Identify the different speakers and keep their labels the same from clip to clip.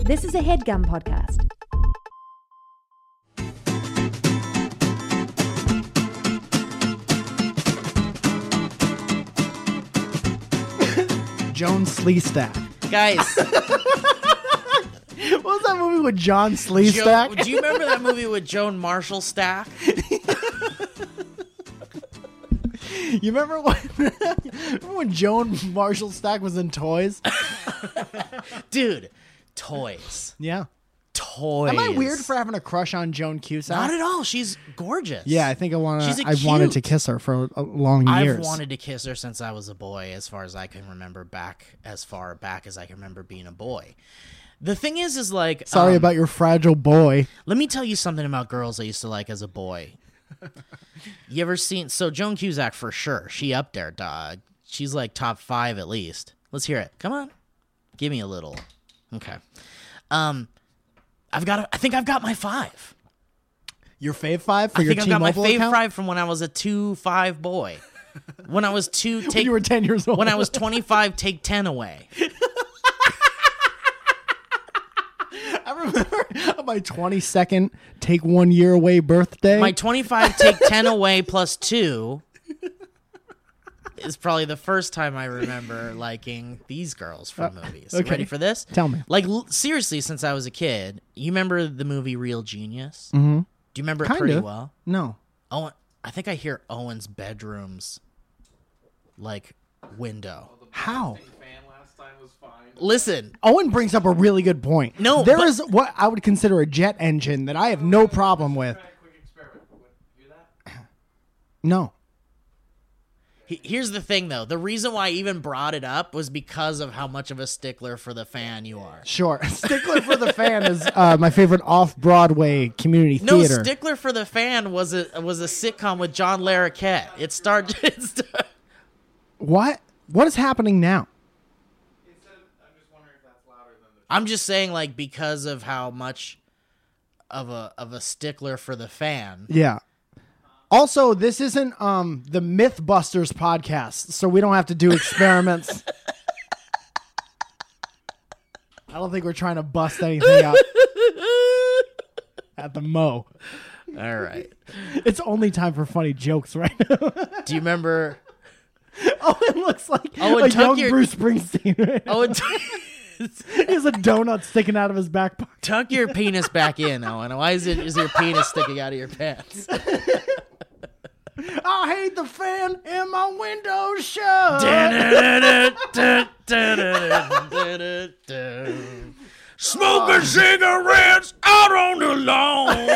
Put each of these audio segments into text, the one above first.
Speaker 1: This is a headgum podcast.
Speaker 2: Joan Sleestack.
Speaker 3: Guys,
Speaker 2: What was that movie with John
Speaker 3: Joan,
Speaker 2: Sleestack?
Speaker 3: do you remember that movie with Joan Marshall Stack?
Speaker 2: you remember when? remember when Joan Marshall Stack was in Toys?
Speaker 3: Dude, toys.
Speaker 2: Yeah.
Speaker 3: Toys.
Speaker 2: Am I weird for having a crush on Joan Cusack?
Speaker 3: Not at all. She's gorgeous.
Speaker 2: yeah, I think I want
Speaker 3: She's
Speaker 2: to.
Speaker 3: a
Speaker 2: I wanted to
Speaker 3: cute.
Speaker 2: kiss her for a, a long
Speaker 3: I've
Speaker 2: years.
Speaker 3: wanted to kiss her since I was a boy, as far as I can remember back, as far back as I can remember being a boy. The thing is, is like,
Speaker 2: Sorry
Speaker 3: um,
Speaker 2: about your fragile boy.
Speaker 3: Let me tell you something about girls I used to like as a boy. you ever seen so Joan Cusack for sure? She up there, dog. She's like top five at least. Let's hear it. Come on, give me a little. Okay. Um, I've got. A, I think I've got my five.
Speaker 2: Your fave five for
Speaker 3: I
Speaker 2: your
Speaker 3: think I've got
Speaker 2: T-Mobile
Speaker 3: my fave
Speaker 2: account.
Speaker 3: five from when I was a two five boy. When I was two, take
Speaker 2: when you were ten years old.
Speaker 3: when I was twenty five, take ten away.
Speaker 2: I remember my twenty second take one year away birthday.
Speaker 3: My 25 take 10 away plus 2 is probably the first time I remember liking these girls from movies. You
Speaker 2: Uh, okay.
Speaker 3: Ready for this?
Speaker 2: Tell me.
Speaker 3: Like l- seriously since I was a kid, you remember the movie Real Genius? Mm-hmm. Do you remember it
Speaker 2: Kinda.
Speaker 3: pretty well?
Speaker 2: no.
Speaker 3: Owen I think I hear Owen's bedroom's like window.
Speaker 2: How?
Speaker 4: fan last time was fine.
Speaker 3: Listen,
Speaker 2: Owen brings up a really good point.
Speaker 3: No,
Speaker 2: there
Speaker 3: but-
Speaker 2: is what I would consider a jet engine that I have no problem with.
Speaker 4: Try a quick experiment. Would you do that?
Speaker 2: No.
Speaker 3: He- Here's the thing, though. The reason why I even brought it up was because of how much of a stickler for the fan you are.
Speaker 2: Sure. Stickler for the Fan is uh, my favorite off Broadway community
Speaker 3: No,
Speaker 2: theater.
Speaker 3: Stickler for the Fan was a was a sitcom with John Larroquette. It starred. It starred
Speaker 2: what? What is happening now?
Speaker 4: It said, I'm just wondering if that's louder than the.
Speaker 3: I'm just saying, like, because of how much of a of a stickler for the fan.
Speaker 2: Yeah. Also, this isn't um, the Mythbusters podcast, so we don't have to do experiments. I don't think we're trying to bust anything up at the mo.
Speaker 3: All right.
Speaker 2: It's only time for funny jokes right now.
Speaker 3: Do you remember?
Speaker 2: Owen Oh, looks like
Speaker 3: Owen,
Speaker 2: a
Speaker 3: tuck
Speaker 2: young
Speaker 3: your-
Speaker 2: Bruce Springsteen. Right now.
Speaker 3: Oh, t-
Speaker 2: He has a donut sticking out of his back pocket.
Speaker 3: tuck your penis back in, Owen. Why is it is your penis sticking out of your pants?
Speaker 2: I hate the fan in my window shut. Um,
Speaker 3: Smoking cigarettes out on the lawn.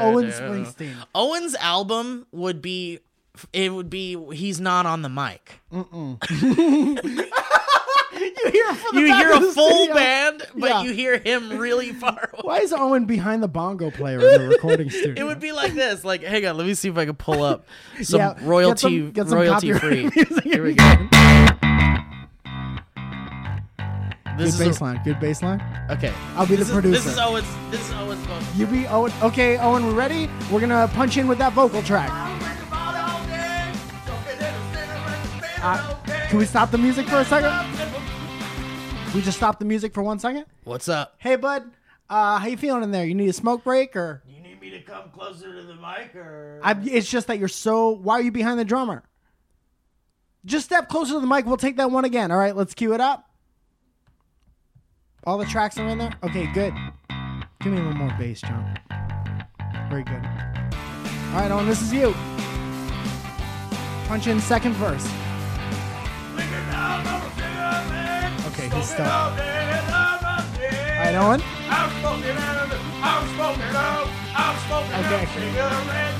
Speaker 2: Owen Springsteen.
Speaker 3: Owen's album would be, it would be, he's not on the mic.
Speaker 2: You hear it from the
Speaker 3: You
Speaker 2: back
Speaker 3: hear
Speaker 2: of
Speaker 3: a
Speaker 2: the
Speaker 3: full
Speaker 2: studio.
Speaker 3: band, but
Speaker 2: Yeah.
Speaker 3: you hear him really far away.
Speaker 2: Why is Owen behind the bongo player in the recording studio?
Speaker 3: It would be like this. Like, hang on, let me see if I can pull up some
Speaker 2: Yeah, get some-
Speaker 3: royalty,
Speaker 2: get some
Speaker 3: royalty free.
Speaker 2: copyright music
Speaker 3: Here we
Speaker 2: if
Speaker 3: go.
Speaker 2: you can. Good
Speaker 3: This is
Speaker 2: baseline. Good baseline.
Speaker 3: okay.
Speaker 2: I'll be
Speaker 3: This
Speaker 2: the
Speaker 3: is-
Speaker 2: producer.
Speaker 3: This is Owen's. This is Owen's vocal.
Speaker 2: You be Owen. Okay, Owen, we're ready. We're gonna punch in with that vocal track. Uh, can we stop the music for a second? We just stop the music for one second.
Speaker 3: What's up?
Speaker 2: Hey, bud. Uh, how you feeling in there? You need a smoke break or?
Speaker 3: You need me to come closer to the mic, or
Speaker 2: I, it's just that you're so. Why are you behind the drummer? Just step closer to the mic. We'll take that one again. All right, let's cue it up. All the tracks are in there. Okay, good. Give me a little more bass, John. Very good. All right, Owen, this is you. Punch in second verse. Okay, he's stuck. All right, Owen. Okay.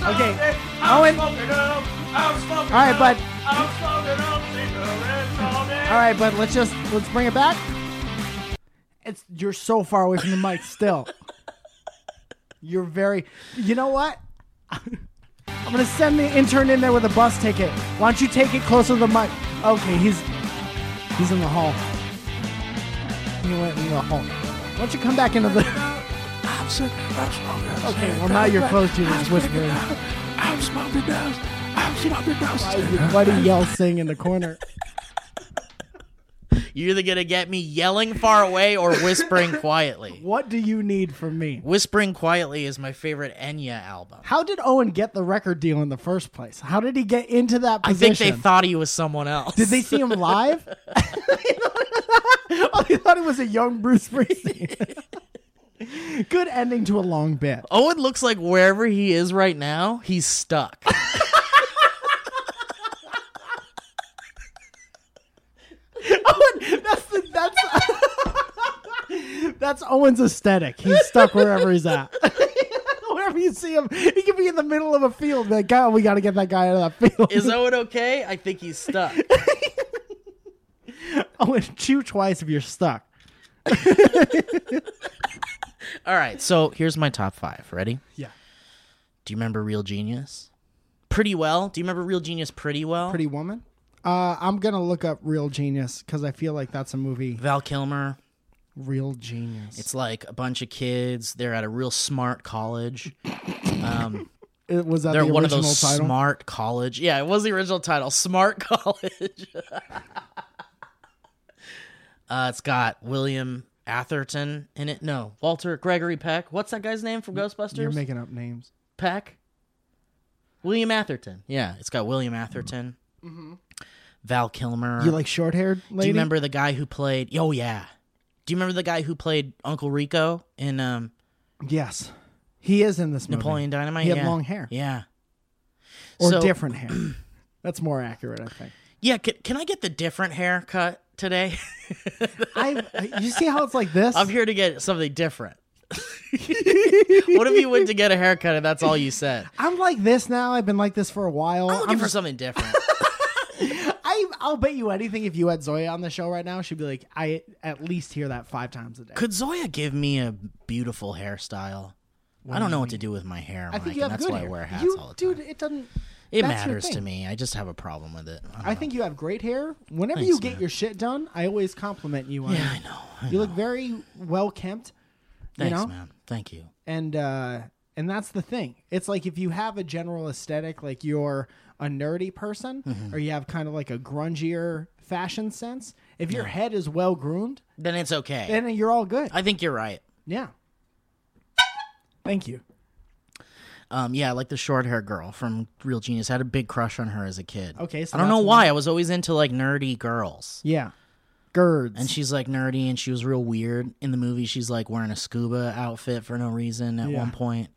Speaker 2: Okay. Owen.
Speaker 4: All
Speaker 2: right, bud.
Speaker 4: I'm smoking on cigarettes all day.
Speaker 2: All right, but let's just let's bring it back. It's you're so far away from the mic still. You're very. You know what? I'm gonna send the intern in there with a bus ticket. Why don't you take it closer to the mic? Okay, he's he's in the hall. He went in the hall. Why don't you come back into the? Okay, well now you're close to this whispering.
Speaker 5: I'm smoking dust. I'm smoking dust.
Speaker 2: Your buddy yells, sing in the corner.
Speaker 3: You're either gonna get me yelling far away or whispering quietly.
Speaker 2: What do you need from me?
Speaker 3: Whispering quietly is my favorite Enya album.
Speaker 2: How did Owen get the record deal in the first place? How did he get into that
Speaker 3: I think
Speaker 2: position?
Speaker 3: they thought he was someone else.
Speaker 2: Did they see him live? oh, they thought it was a young Bruce Springsteen. Good ending to a long bit.
Speaker 3: Owen looks like wherever he is right now, he's stuck.
Speaker 2: Owen, that's the, that's that's Owen's aesthetic. He's stuck wherever he's at. wherever you see him, he could be in the middle of a field. Like, God, we got to get that guy out of that field.
Speaker 3: Is Owen okay? I think he's stuck.
Speaker 2: Owen, chew twice if you're stuck.
Speaker 3: All right, so here's my top five. Ready?
Speaker 2: Yeah,
Speaker 3: Do you remember Real Genius? Pretty well. Do you remember Real Genius pretty well?
Speaker 2: Pretty Woman. Uh, I'm gonna look up Real Genius because I feel like that's a movie.
Speaker 3: Val Kilmer.
Speaker 2: Real Genius.
Speaker 3: It's like a bunch of kids. They're at a real smart college.
Speaker 2: It was that
Speaker 3: They're
Speaker 2: the
Speaker 3: one of
Speaker 2: original
Speaker 3: those
Speaker 2: title.
Speaker 3: smart college. Yeah, it was the original title, Smart College. uh, it's got William Atherton in it. No, Walter Gregory Peck. What's that guy's name from Ghostbusters?
Speaker 2: You're making up names.
Speaker 3: Peck. William Atherton. Yeah, it's got William Atherton.
Speaker 2: Mm-hmm.
Speaker 3: Val Kilmer.
Speaker 2: You like short haired lady?
Speaker 3: Do you remember the guy who played? Oh yeah. Do you remember the guy who played Uncle Rico in um,
Speaker 2: Yes, he is in this movie.
Speaker 3: Napoleon Dynamite?
Speaker 2: He had
Speaker 3: yeah.
Speaker 2: long hair.
Speaker 3: Yeah.
Speaker 2: or
Speaker 3: So-
Speaker 2: different hair. That's more accurate, I think.
Speaker 3: Yeah. Can, can I get the different haircut today?
Speaker 2: I you see how it's like this?
Speaker 3: I'm here to get something different. what if you went to get a haircut and that's all you said?
Speaker 2: I'm like this now. I've been like this for a while.
Speaker 3: I'm looking
Speaker 2: I'm
Speaker 3: for
Speaker 2: just,
Speaker 3: something different.
Speaker 2: I, I'll bet you anything if you had Zoe on the show right now, she'd be like, I at least hear that five times a day.
Speaker 3: Could Zoya give me a beautiful hairstyle? I don't know what to do with my hair,
Speaker 2: I
Speaker 3: Mike,
Speaker 2: think you
Speaker 3: and
Speaker 2: have
Speaker 3: that's
Speaker 2: good
Speaker 3: why
Speaker 2: hair.
Speaker 3: I wear hats
Speaker 2: you,
Speaker 3: all the time.
Speaker 2: Dude, it doesn't. that's
Speaker 3: it
Speaker 2: your
Speaker 3: matters to
Speaker 2: thing.
Speaker 3: me. I just have a problem with it. I,
Speaker 2: I
Speaker 3: think.
Speaker 2: think you have great hair. Whenever
Speaker 3: Thanks,
Speaker 2: you get
Speaker 3: man.
Speaker 2: your shit done, I always compliment you on
Speaker 3: Yeah, I
Speaker 2: it.
Speaker 3: know.
Speaker 2: You look very well kempt.
Speaker 3: Thanks,
Speaker 2: you know?
Speaker 3: man. Thank you.
Speaker 2: and uh and that's the thing it's like if you have a general aesthetic like you're a nerdy person
Speaker 3: Mm-hmm.
Speaker 2: or you have kind of like a grungier fashion sense if your head is well groomed
Speaker 3: Then it's okay.
Speaker 2: then you're all good
Speaker 3: I think you're right.
Speaker 2: yeah thank you
Speaker 3: Um, yeah, like the short hair girl from Real Genius. I had a big crush on her as a kid.
Speaker 2: Okay, so
Speaker 3: I don't know
Speaker 2: that's
Speaker 3: why. I was always into like nerdy girls.
Speaker 2: yeah girds
Speaker 3: And she's like nerdy and she was real weird. In the movie, she's like wearing a scuba outfit for no reason at
Speaker 2: Yeah.
Speaker 3: one point.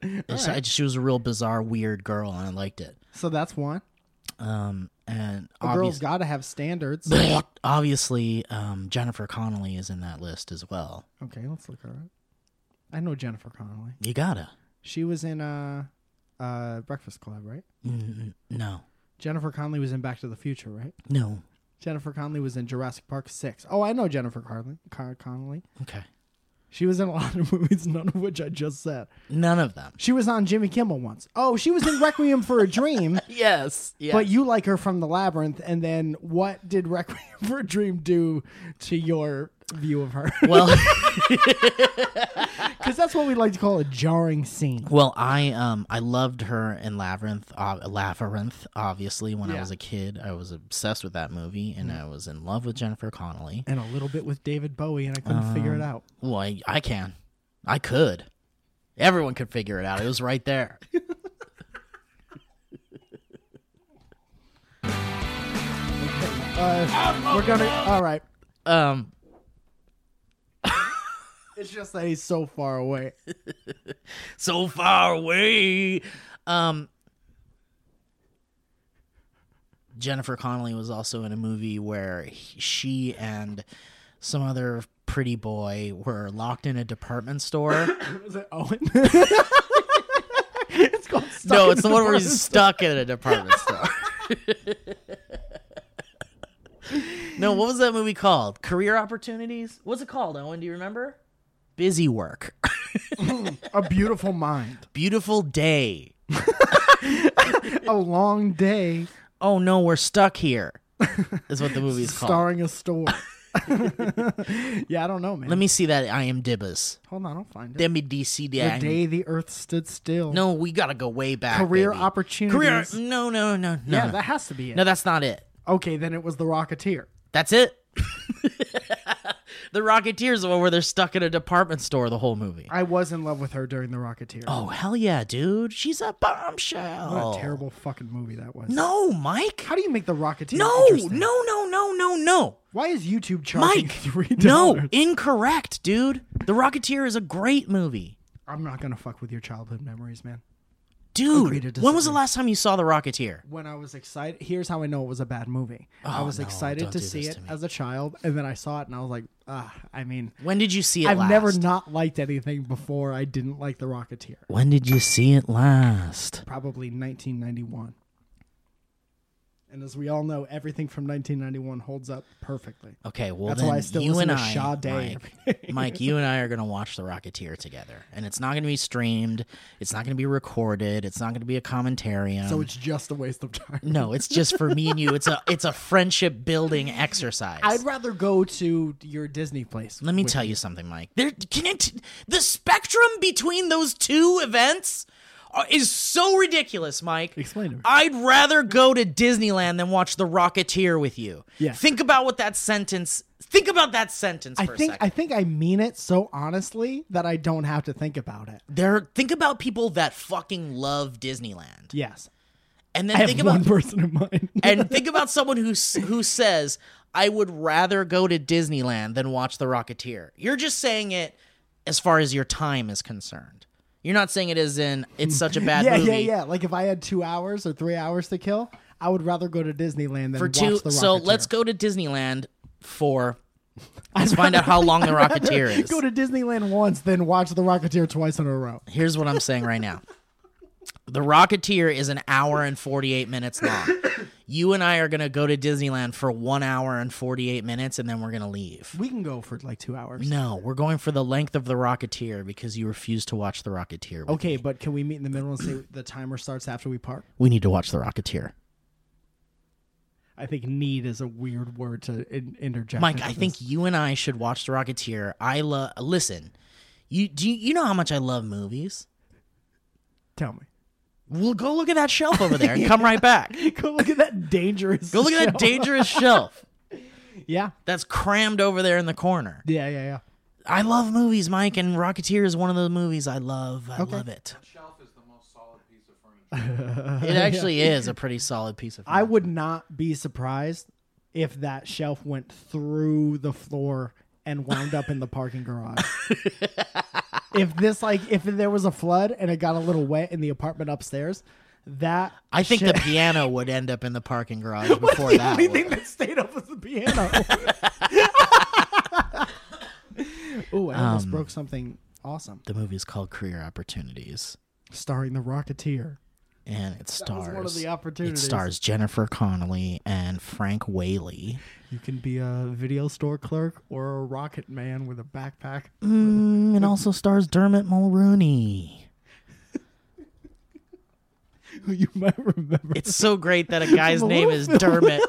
Speaker 3: It's- I- she was a real bizarre, weird girl and I liked it.
Speaker 2: so that's one
Speaker 3: Um, and
Speaker 2: a girl's
Speaker 3: obviously,
Speaker 2: gotta have standards
Speaker 3: obviously um, Jennifer Connelly is in that list as well.
Speaker 2: okay let's look her up i know jennifer connelly
Speaker 3: You gotta.
Speaker 2: she was in uh uh breakfast club right
Speaker 3: Mm, No.
Speaker 2: jennifer connelly was in back to the future right
Speaker 3: No.
Speaker 2: Jennifer Connelly was in Jurassic Park 6. Oh, I know Jennifer Connelly. Con- Connelly.
Speaker 3: Okay.
Speaker 2: She was in a lot of movies, none of which I just said.
Speaker 3: None of them.
Speaker 2: She was on Jimmy Kimmel once. Oh, she was in Requiem for a Dream,
Speaker 3: Yes. Yeah.
Speaker 2: but you like her from The Labyrinth. And then what did Requiem for a Dream do to your view of her?
Speaker 3: well.
Speaker 2: Because that's what we like to call a jarring scene.
Speaker 3: Well, I um I loved her in Labyrinth, uh, Labyrinth. Obviously, when I was a kid, I was obsessed with that movie, and I was in love with Jennifer Connelly.
Speaker 2: And a little bit with David Bowie, and I couldn't figure it out.
Speaker 3: Well, I, I can, I could, everyone could figure it out. It was right there.
Speaker 2: Uh, we're gonna. All right.
Speaker 3: Um,
Speaker 2: It's just that he's so far away.
Speaker 3: so far away. Um, Jennifer Connelly was also in a movie where he- she and some other pretty boy were locked in a department store.
Speaker 2: Was it Owen? it's called. Stuck
Speaker 3: no,
Speaker 2: in
Speaker 3: it's the one where
Speaker 2: Department
Speaker 3: he's
Speaker 2: Store.
Speaker 3: stuck in a department store. no, what was that movie called? Career Opportunities? What's it called, Owen? Do you remember? Busy Work.
Speaker 2: a beautiful mind,
Speaker 3: Beautiful Day.
Speaker 2: a long day,
Speaker 3: Oh no, we're stuck here. Is what the movie's called.
Speaker 2: starring a store. yeah, I don't know, man.
Speaker 3: Let me see that I am Dibbas.
Speaker 2: Hold on, I'll find it.
Speaker 3: Let me DC
Speaker 2: The
Speaker 3: that.
Speaker 2: day the Earth stood still.
Speaker 3: No, we gotta go way back.
Speaker 2: career
Speaker 3: baby. Career.
Speaker 2: opportunities.
Speaker 3: No, no, no, no.
Speaker 2: yeah,
Speaker 3: no.
Speaker 2: that has to be it.
Speaker 3: no, that's not it.
Speaker 2: okay, then it was the Rocketeer.
Speaker 3: That's it. The Rocketeer's the one where they're stuck in a department store the whole movie.
Speaker 2: I was in love with her during The Rocketeer.
Speaker 3: Oh hell yeah, dude! She's a bombshell.
Speaker 2: What a terrible fucking movie that was.
Speaker 3: No, Mike.
Speaker 2: How do you make The Rocketeer?
Speaker 3: No,
Speaker 2: interesting?
Speaker 3: no, no, no, no, no.
Speaker 2: Why is YouTube charging
Speaker 3: Mike.
Speaker 2: three
Speaker 3: No,
Speaker 2: dollars?
Speaker 3: incorrect, dude. The Rocketeer is a great movie.
Speaker 2: I'm not gonna fuck with your childhood memories, man. Agree
Speaker 3: Dude,
Speaker 2: to
Speaker 3: when was the
Speaker 2: disagree.
Speaker 3: last time you saw The Rocketeer?
Speaker 2: When I was excited, here's how I know it was a bad movie. I
Speaker 3: Oh,
Speaker 2: was
Speaker 3: no,
Speaker 2: excited
Speaker 3: don't
Speaker 2: to
Speaker 3: do
Speaker 2: see
Speaker 3: this
Speaker 2: it
Speaker 3: to me.
Speaker 2: as a child, and then I saw it, and I was like, ah, I mean,
Speaker 3: When did you see it
Speaker 2: I've
Speaker 3: last?
Speaker 2: never not liked anything before. I didn't like The Rocketeer.
Speaker 3: When did you see it last?
Speaker 2: Probably 1991. And as we all know, everything from 1991 holds up perfectly.
Speaker 3: Okay, well
Speaker 2: That's
Speaker 3: then
Speaker 2: why I still
Speaker 3: you
Speaker 2: listen
Speaker 3: and
Speaker 2: to
Speaker 3: I,
Speaker 2: Sade every
Speaker 3: Mike, Mike, you and I are gonna watch The Rocketeer together, and it's not gonna be streamed. It's not gonna be recorded. It's not gonna be a commentarium.
Speaker 2: So it's just a waste of time.
Speaker 3: no, it's just for me and you. It's a it's a friendship building exercise.
Speaker 2: I'd rather go to your Disney place.
Speaker 3: Let me tell you something, Mike. There can it, the spectrum between those two events are, is so ridiculous, Mike.
Speaker 2: Explain to me.
Speaker 3: I'd rather go to Disneyland than watch The Rocketeer with you.
Speaker 2: Yeah.
Speaker 3: Think about what that sentence. Think about that sentence
Speaker 2: I
Speaker 3: for
Speaker 2: think
Speaker 3: a second.
Speaker 2: I think I mean it so honestly that I don't have to think about it.
Speaker 3: there. Think about people that fucking love Disneyland,
Speaker 2: Yes,
Speaker 3: and then
Speaker 2: I
Speaker 3: think
Speaker 2: have
Speaker 3: about
Speaker 2: one person in mind.
Speaker 3: and think about someone who s- who says, "I would rather go to Disneyland than watch The Rocketeer." You're just saying it as far as your time is concerned. You're not saying it as in it's such a bad
Speaker 2: yeah,
Speaker 3: movie
Speaker 2: yeah, yeah. Like if I had two hours or three hours to kill, I would rather go to Disneyland than
Speaker 3: for
Speaker 2: watch
Speaker 3: two.
Speaker 2: the
Speaker 3: So
Speaker 2: Rocketeer.
Speaker 3: let's go to Disneyland for
Speaker 2: I'd
Speaker 3: let's find out how long The Rocketeer
Speaker 2: rather
Speaker 3: is.
Speaker 2: Go to Disneyland once, then watch the Rocketeer twice in a row.
Speaker 3: Here's what I'm saying right now. The Rocketeer is an hour and 48 minutes long. You and I are going to go to Disneyland for 1 hour and 48 minutes and then we're going to leave.
Speaker 2: We can go for like two hours.
Speaker 3: No, we're going for the length of the Rocketeer because you refuse to watch the Rocketeer. with
Speaker 2: Okay, but can we meet in the middle and say the timer starts after we park?
Speaker 3: We need to watch the Rocketeer.
Speaker 2: I think "need" is a weird word to in- interject.
Speaker 3: Mike,
Speaker 2: into
Speaker 3: I
Speaker 2: this.
Speaker 3: think you and I should watch the Rocketeer. I love. Listen, you do you, you know how much I love movies.
Speaker 2: Tell me.
Speaker 3: Well, go look at that shelf over there and come right back.
Speaker 2: Go look at that dangerous.
Speaker 3: Go look at that
Speaker 2: show.
Speaker 3: dangerous shelf
Speaker 2: Yeah,
Speaker 3: that's crammed over there in the corner.
Speaker 2: yeah, yeah, yeah.
Speaker 3: I love movies, Mike, and Rocketeer is one of the movies I love. I love it.
Speaker 4: Shelf is the most solid piece of furniture.
Speaker 3: It actually is a pretty solid piece of.
Speaker 2: I would not be surprised if that shelf went through the floor and wound up in the parking garage. if this like if there was a flood and it got a little wet in the apartment upstairs, that
Speaker 3: I think
Speaker 2: shit-
Speaker 3: the piano would end up in the parking garage before
Speaker 2: the
Speaker 3: that.
Speaker 2: only
Speaker 3: would.
Speaker 2: thing that stayed up was the piano. Ooh, I almost
Speaker 3: Um,
Speaker 2: broke something awesome.
Speaker 3: The movie's called Career Opportunities,
Speaker 2: Starring the Rocketeer.
Speaker 3: and it
Speaker 2: was
Speaker 3: stars
Speaker 2: one of the opportunities.
Speaker 3: It stars Jennifer Connelly and Frank Whaley.
Speaker 2: You can be a video store clerk or a rocket man with a backpack.
Speaker 3: Mm, it also stars Dermot Mulrooney.
Speaker 2: who you might remember.
Speaker 3: It's so great that a guy's name is Dermot.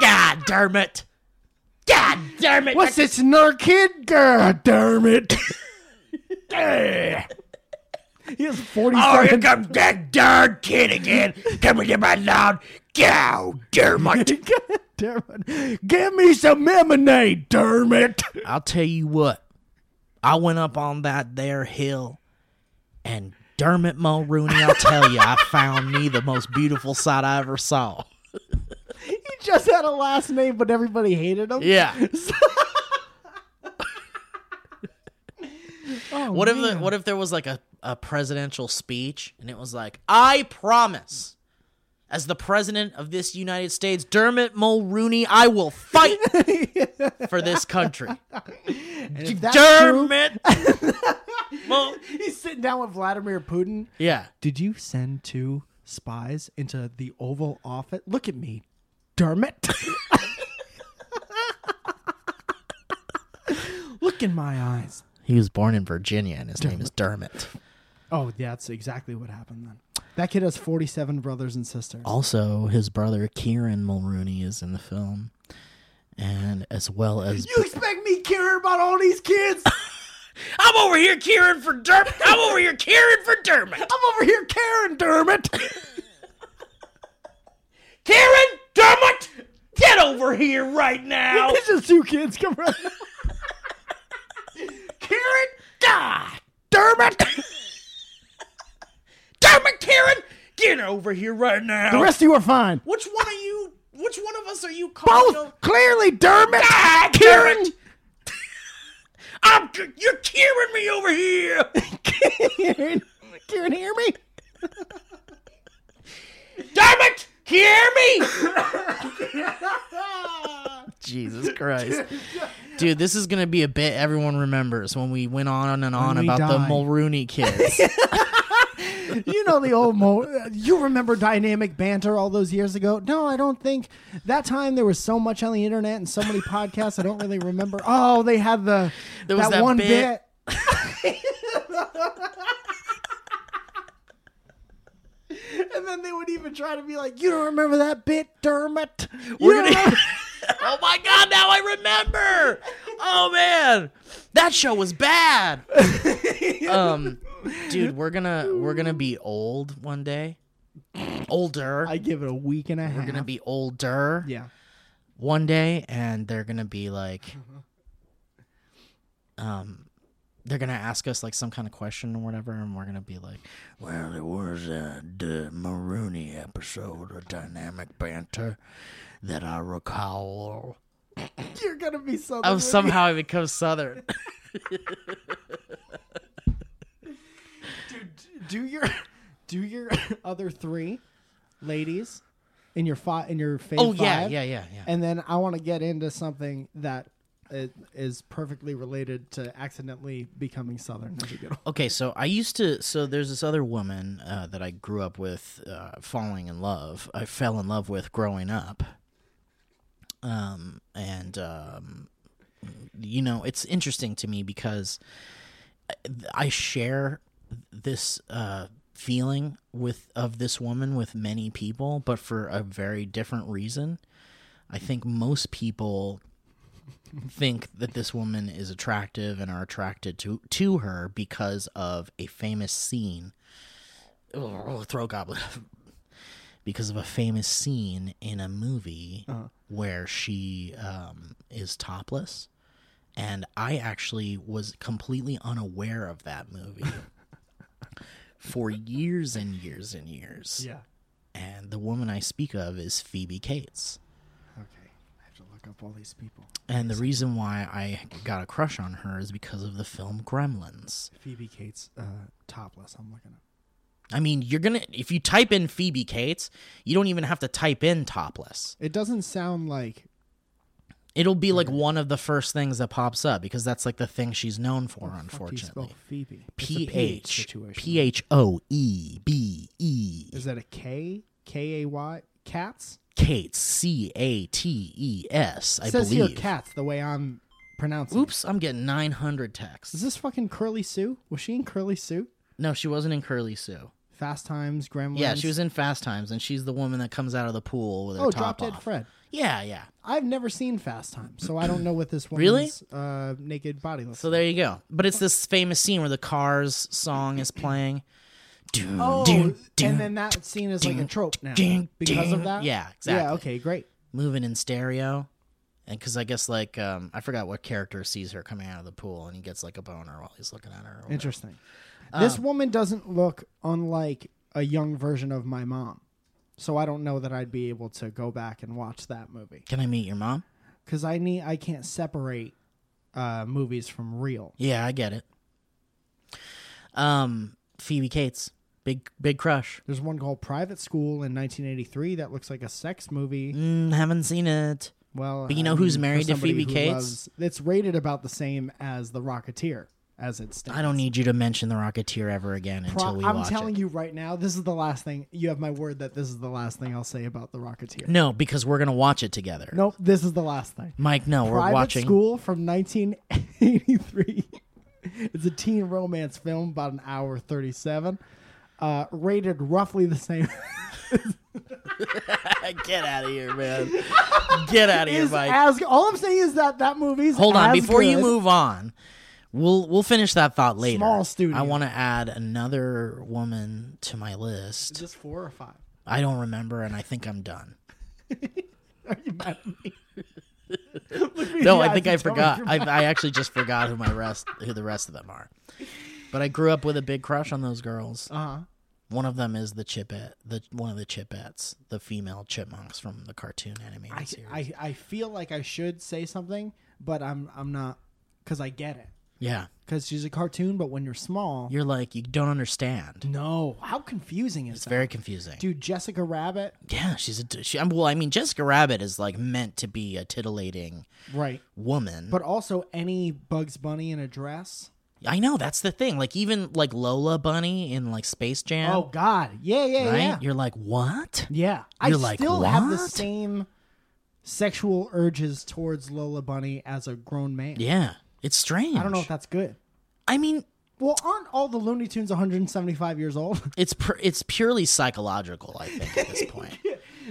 Speaker 3: God, Dermot. God, Dermot.
Speaker 2: What's this nerd kid? God damn it. he has 47.
Speaker 5: comes that darn kid again. Coming to my loud cow, Dermot.
Speaker 2: God damn it.
Speaker 5: Give me some lemonade, Dermot.
Speaker 3: I'll tell you what. I went up on that there hill, and Dermot Mulrooney. I'll tell you, I found me the most beautiful sight I ever saw.
Speaker 2: He just had a last name, but everybody hated him.
Speaker 3: Yeah.
Speaker 2: Oh,
Speaker 3: What if the, what if there was like a, a presidential speech and it was like, I promise, as the president of this United States, Dermot Mulrooney, I will fight for this country.
Speaker 2: And if that's true,
Speaker 3: Dermot. Mul-
Speaker 2: he's sitting down with Vladimir Putin.
Speaker 3: yeah.
Speaker 2: Did you send two spies into the Oval Office? Look at me, Dermot. Look in my eyes.
Speaker 3: He was born in Virginia and his name is Dermot.
Speaker 2: Oh, yeah, that's exactly what happened then. That kid has 47 brothers and sisters.
Speaker 3: Also, his brother Kieran Mulrooney is in the film. And as well as
Speaker 2: You expect me caring about all these kids?
Speaker 3: I'm over here Kieran for Dermot. I'm over here Kieran for Dermot.
Speaker 2: I'm over here caring, Dermot.
Speaker 3: Karen Dermot.
Speaker 5: Get over here right now!
Speaker 2: It's just two kids come running.
Speaker 5: Karen? God damn it! damn it, Karen! Get over here right now!
Speaker 2: The rest of you are fine. Oh,
Speaker 3: Which one are you? Which one of us are you calling?
Speaker 5: Both clearly, Dermot.
Speaker 2: Ah,
Speaker 5: God, Karen, I'm you're tearing me over here.
Speaker 2: Karen, Karen, hear me?
Speaker 5: Dermot, hear me.
Speaker 3: Jesus Christ, dude, this is gonna be a bit everyone remembers when we went on and on
Speaker 2: we
Speaker 3: about the
Speaker 2: die.
Speaker 3: Mulrooney kids.
Speaker 2: You know the old mo. You remember dynamic banter all those years ago? No, I don't think that time there was so much on the internet and so many podcasts. I don't really remember. Oh, they had the
Speaker 3: There was that
Speaker 2: one
Speaker 3: bit.
Speaker 2: bit. and then they would even try to be like, "You don't remember that bit, Dermot? You
Speaker 3: We're
Speaker 2: don't
Speaker 3: gonna-
Speaker 2: remember-"
Speaker 3: oh my God! Now I remember. Oh man, that show was bad. um, dude, we're gonna we're gonna be old one day. Older.
Speaker 2: I give it a week and a half.
Speaker 3: we're gonna be older.
Speaker 2: yeah.
Speaker 3: one day and they're gonna be like
Speaker 2: Mm-hmm.
Speaker 3: um they're gonna ask us like some kind of question or whatever and we're gonna be like
Speaker 5: Well, there was a the Maroney episode of Dynamic Banter that I recall.
Speaker 2: You're gonna be so.
Speaker 3: oh somehow i become southern
Speaker 2: do your do your other three ladies in your five in your fave
Speaker 3: oh yeah
Speaker 2: five,
Speaker 3: yeah yeah yeah
Speaker 2: and then i want to get into something that i- is perfectly related to accidentally becoming southern That'd be good.
Speaker 3: okay so i used to so there's this other woman uh, that i grew up with uh, falling in love i fell in love with growing up um and um you know it's interesting to me because I share this uh, feeling with of this woman with many people, but for a very different reason. I think most people think that this woman is attractive and are attracted to to her because of a famous scene. Oh, throw goblet. because of a famous scene in a movie where she um, is topless and I actually was completely unaware of that movie for years and years and years.
Speaker 2: yeah
Speaker 3: And the woman I speak of is Phoebe Cates.
Speaker 2: okay i have to look up all these people
Speaker 3: And the reason why I got a crush on her is because of the film Gremlins.
Speaker 2: phoebe cates uh, topless i'm looking up
Speaker 3: I mean, you're going to if you type in Phoebe Cates, you don't even have to type in topless.
Speaker 2: it doesn't sound like
Speaker 3: It'll be like one of the first things that pops up because that's like the thing she's known for,
Speaker 2: fuck you spell
Speaker 3: unfortunately.
Speaker 2: phoebe It's a
Speaker 3: P H
Speaker 2: situation
Speaker 3: P H O E B E
Speaker 2: is that a k k a y cats
Speaker 3: Cates, C A T E S, I
Speaker 2: says
Speaker 3: believe.
Speaker 2: here cats the way i'm pronouncing it.
Speaker 3: Oops, I'm getting 900
Speaker 2: Is
Speaker 3: texts.
Speaker 2: this fucking Curly Sue? Was she in Curly Sue?
Speaker 3: No, she wasn't in Curly Sue.
Speaker 2: Fast Times, Gremlins.
Speaker 3: Yeah, she was in Fast Times, and she's the woman that comes out of the pool with her
Speaker 2: Oh, Drop
Speaker 3: top
Speaker 2: Dead
Speaker 3: off.
Speaker 2: Fred.
Speaker 3: Yeah, yeah.
Speaker 2: I've never seen Fast Times, so I don't know what this woman's
Speaker 3: Really?
Speaker 2: uh, naked body looks.
Speaker 3: So there you go. But it's this famous scene where the Cars song is playing. Doom,
Speaker 2: oh,
Speaker 3: doom, doom.
Speaker 2: and then that scene is like a
Speaker 3: ding,
Speaker 2: trope now
Speaker 3: ding,
Speaker 2: because
Speaker 3: ding.
Speaker 2: of that.
Speaker 3: Yeah, exactly.
Speaker 2: Yeah. Okay. Great.
Speaker 3: moving in stereo. And because I guess like um, I forgot what character sees her coming out of the pool, and he gets like a boner while he's looking at her. or whatever.
Speaker 2: Interesting.
Speaker 3: Uh,
Speaker 2: this woman doesn't look unlike a young version of my mom, so I don't know that I'd be able to go back and watch that movie
Speaker 3: Can I meet your mom?
Speaker 2: because I need I can't separate uh, movies from real.
Speaker 3: Yeah, I get it. Um, Phoebe Cates, big big crush.
Speaker 2: There's one called Private School in 1983 that looks like a sex movie.
Speaker 3: Mm, haven't seen it.
Speaker 2: Well,
Speaker 3: But you
Speaker 2: I
Speaker 3: know who's
Speaker 2: mean, for
Speaker 3: married to
Speaker 2: somebody
Speaker 3: Phoebe
Speaker 2: who
Speaker 3: Cates?
Speaker 2: it's rated about the same as The Rocketeer, as it stands.
Speaker 3: I don't need you to mention the Rocketeer ever again until
Speaker 2: Pro-
Speaker 3: we
Speaker 2: I'm
Speaker 3: watch
Speaker 2: telling
Speaker 3: it.
Speaker 2: you right now, this is the last thing. You have my word that this is the last thing I'll say about The Rocketeer.
Speaker 3: No, because we're gonna watch it together.
Speaker 2: Nope, this is the last thing.
Speaker 3: Mike, no, we're
Speaker 2: Private
Speaker 3: watching.
Speaker 2: School from 1983. it's a teen romance film, about an hour 37. Uh, rated roughly the same
Speaker 3: Get out of here, man. Get out of here,
Speaker 2: is
Speaker 3: Mike.
Speaker 2: as all I'm saying is that that movie's
Speaker 3: Hold on,
Speaker 2: as
Speaker 3: before you
Speaker 2: good.
Speaker 3: move on, we'll we'll finish that thought later.
Speaker 2: Small studio.
Speaker 3: I want to add another woman to my list.
Speaker 2: Just four or five.
Speaker 3: I don't remember, and I think I'm done.
Speaker 2: Are you mad at me?
Speaker 3: No,
Speaker 2: Yeah,
Speaker 3: I think I
Speaker 2: you told me
Speaker 3: forgot.
Speaker 2: you're
Speaker 3: I, I actually just forgot who my rest who the rest of them are. But I grew up with a big crush on those girls.
Speaker 2: Uh-huh.
Speaker 3: One of them is the Chipette, the one of the Chipettes, the female chipmunks from the cartoon animated
Speaker 2: I,
Speaker 3: series.
Speaker 2: I I feel like I should say something, but I'm I'm not because I get it.
Speaker 3: yeah,
Speaker 2: Because she's a cartoon, but when you're small,
Speaker 3: you're like you don't understand.
Speaker 2: no. How confusing is
Speaker 3: It's
Speaker 2: that,
Speaker 3: very confusing.
Speaker 2: dude? Jessica Rabbit,
Speaker 3: Yeah, she's a she, I'm- well. I mean, Jessica Rabbit is like meant to be a titillating
Speaker 2: right?
Speaker 3: woman,
Speaker 2: But also any Bugs Bunny in a dress.
Speaker 3: I know that's the thing. Like even like Lola Bunny in like Space Jam,
Speaker 2: Oh God, yeah, yeah,
Speaker 3: right?
Speaker 2: yeah,
Speaker 3: You're like what?
Speaker 2: yeah. I
Speaker 3: You're like,
Speaker 2: still have the
Speaker 3: "What?"
Speaker 2: same sexual urges towards Lola Bunny as a grown man.
Speaker 3: Yeah, it's strange.
Speaker 2: I don't know if that's good.
Speaker 3: I mean,
Speaker 2: Well, aren't all the Looney Tunes 175 years old?
Speaker 3: it's pr- it's purely psychological. I think at this point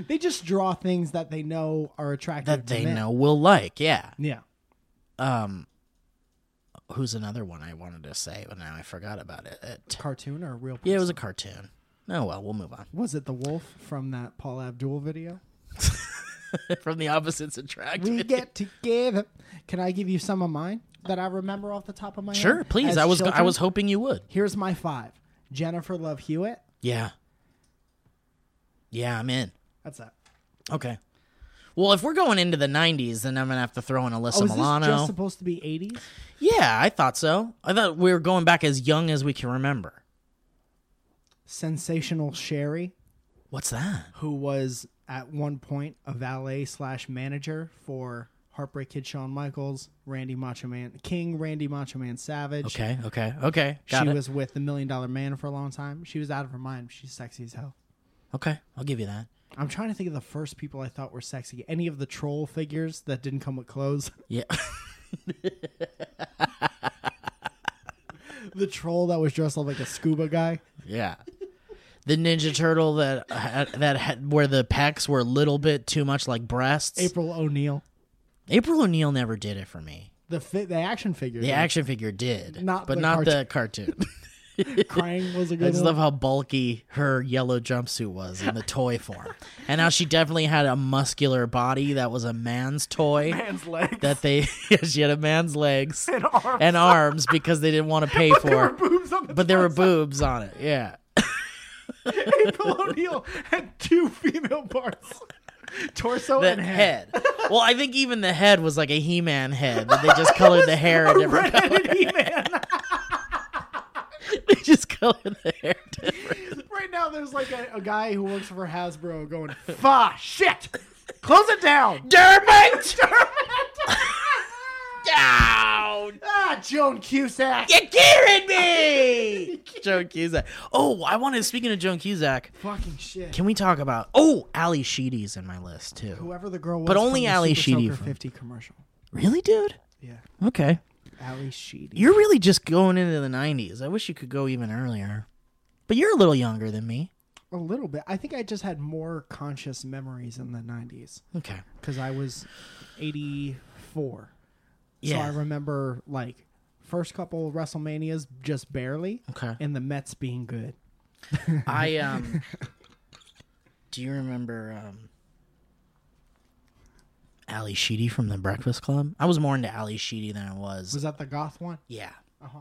Speaker 2: they just draw things that they know are attractive
Speaker 3: that
Speaker 2: to
Speaker 3: they
Speaker 2: men.
Speaker 3: know will like. Yeah.
Speaker 2: Yeah.
Speaker 3: Um, who's another one I wanted to say, but now I forgot about it. It-
Speaker 2: Cartoon or a real? Person?
Speaker 3: yeah, it was a cartoon. Oh well, we'll move on
Speaker 2: Was it the wolf from that Paul Abdul video?
Speaker 3: from the opposites attract.
Speaker 2: We
Speaker 3: video.
Speaker 2: get together. Can I give you some of mine that I remember off the top of my head?
Speaker 3: Sure, please.
Speaker 2: As
Speaker 3: I was I
Speaker 2: children-
Speaker 3: was hoping you would.
Speaker 2: Here's my five: Jennifer Love Hewitt.
Speaker 3: Yeah. Yeah, I'm in.
Speaker 2: That's it.
Speaker 3: Okay. Well, if we're going into the 90s, then I'm going to have to throw in Alyssa
Speaker 2: Oh, is
Speaker 3: Milano.
Speaker 2: this just supposed to be 80s?
Speaker 3: yeah, I thought so. I thought we were going back as young as we can remember.
Speaker 2: Sensational Sherry,
Speaker 3: What's that?
Speaker 2: who was at one point a valet slash manager for Heartbreak Kid Shawn Michaels, Randy Macho Man King, Randy Macho Man Savage.
Speaker 3: Okay, okay, okay. Got
Speaker 2: she
Speaker 3: it.
Speaker 2: was with the Million Dollar Man for a long time. She was out of her mind. She's sexy as hell.
Speaker 3: okay, I'll give you that.
Speaker 2: I'm trying to think of the first people I thought were sexy. Any of the troll figures that didn't come with clothes.
Speaker 3: Yeah.
Speaker 2: the troll that was dressed up like a scuba guy.
Speaker 3: yeah. The Ninja Turtle that had, that had, where the pecs were a little bit too much like breasts. April,
Speaker 2: April O'Neil.
Speaker 3: O'Neil never did it for me.
Speaker 2: The fi- the action figure.
Speaker 3: The
Speaker 2: dude.
Speaker 3: action figure did,
Speaker 2: Not
Speaker 3: but
Speaker 2: the
Speaker 3: not the cartoon.
Speaker 2: crying was a
Speaker 3: I
Speaker 2: good
Speaker 3: just
Speaker 2: one.
Speaker 3: love how bulky her yellow jumpsuit was in the toy form, and how she definitely had a muscular body that was a man's toy.
Speaker 2: Man's legs.
Speaker 3: That they, yeah, she had a man's legs and
Speaker 2: arms.
Speaker 3: arms because they didn't want to pay for it,
Speaker 2: boobs on the
Speaker 3: but there were boobs on it. Yeah,
Speaker 2: April O'Neil had two female parts. Torso
Speaker 3: the
Speaker 2: and head.
Speaker 3: head. Well, I think even the head was like a He-Man head, but they just colored the hair a different. color.
Speaker 2: Redheaded He-Man.
Speaker 3: They just colored the hair. Different.
Speaker 2: Right now there's like a, a guy who works for Hasbro going, Fa shit! Close it down!
Speaker 3: Dermot,
Speaker 2: ah,
Speaker 3: down.
Speaker 2: Joan Cusack.
Speaker 3: You're kidding me! Joan Cusack. Oh, I wanted, speaking of Joan Cusack,
Speaker 2: Fucking shit.
Speaker 3: can we talk about, oh, Ali Sheedy's in my list too.
Speaker 2: Whoever the girl was.
Speaker 3: But only
Speaker 2: from the
Speaker 3: Ally
Speaker 2: Super
Speaker 3: Sheedy
Speaker 2: Soaker
Speaker 3: from-
Speaker 2: 50 commercial.
Speaker 3: Really, dude?
Speaker 2: Yeah.
Speaker 3: Okay.
Speaker 2: Ally Sheedy.
Speaker 3: You're really just going into the 90s. I wish you could go even earlier. But you're a little younger than me.
Speaker 2: a little bit. I think I just had more conscious memories in the 90s
Speaker 3: Okay.
Speaker 2: because I was 84.
Speaker 3: Yeah.
Speaker 2: So I remember like first couple of WrestleManias just barely
Speaker 3: Okay.
Speaker 2: and the Mets being good.
Speaker 3: I, um, do you remember, um, Ali Sheedy from The Breakfast Club? I was more into Ali Sheedy than I was.
Speaker 2: Was that the goth one?
Speaker 3: yeah.
Speaker 2: Uh-huh.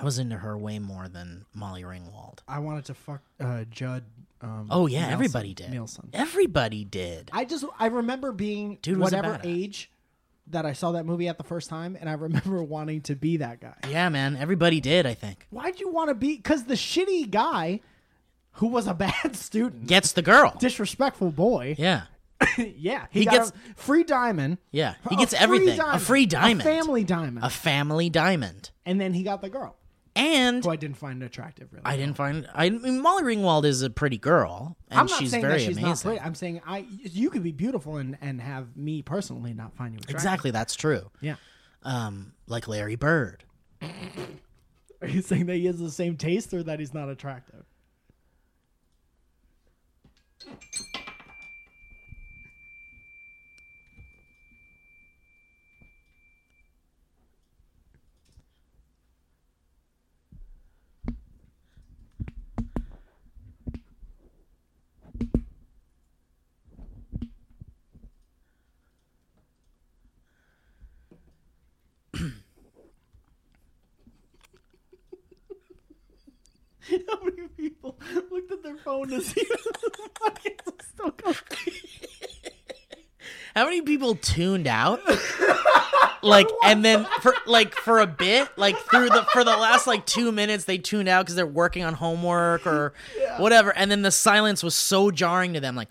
Speaker 3: I was into her way more than Molly Ringwald.
Speaker 2: I wanted to fuck uh, Judd. Um,
Speaker 3: Oh yeah,
Speaker 2: Nelson-
Speaker 3: everybody did.
Speaker 2: Nielsen.
Speaker 3: Everybody did.
Speaker 2: I just I remember being
Speaker 3: Dude was a
Speaker 2: whatever
Speaker 3: badass.
Speaker 2: age that I saw that movie at the first time, and I remember wanting to be that guy.
Speaker 3: Yeah, man, everybody did. I think
Speaker 2: Why'd you want to be? Because the shitty guy who was a bad student,
Speaker 3: gets the girl.
Speaker 2: disrespectful boy.
Speaker 3: Yeah,
Speaker 2: Yeah, he,
Speaker 3: He
Speaker 2: got
Speaker 3: gets-
Speaker 2: a free diamond.
Speaker 3: yeah, he
Speaker 2: A
Speaker 3: gets
Speaker 2: free
Speaker 3: everything.
Speaker 2: diamond,
Speaker 3: A free diamond,
Speaker 2: a family diamond,
Speaker 3: A family diamond,
Speaker 2: and then he got the girl,
Speaker 3: and
Speaker 2: who I didn't find attractive. Really,
Speaker 3: I didn't find. I mean, Molly Ringwald is a pretty girl, and
Speaker 2: I'm not
Speaker 3: she's
Speaker 2: saying
Speaker 3: very
Speaker 2: that she's
Speaker 3: amazing.
Speaker 2: not pretty. I'm saying I you could be beautiful and and have me personally not find you attractive.
Speaker 3: Exactly, that's true.
Speaker 2: Yeah.
Speaker 3: Um, like Larry Bird.
Speaker 2: Are you saying that he has the same taste or that he's not attractive? looked at their phone to see if the podcast was still going.
Speaker 3: How many people tuned out? like and then for like for a bit, like through the for the last like 2 minutes they tuned out cuz they're working on homework or whatever and then the silence was so jarring to them like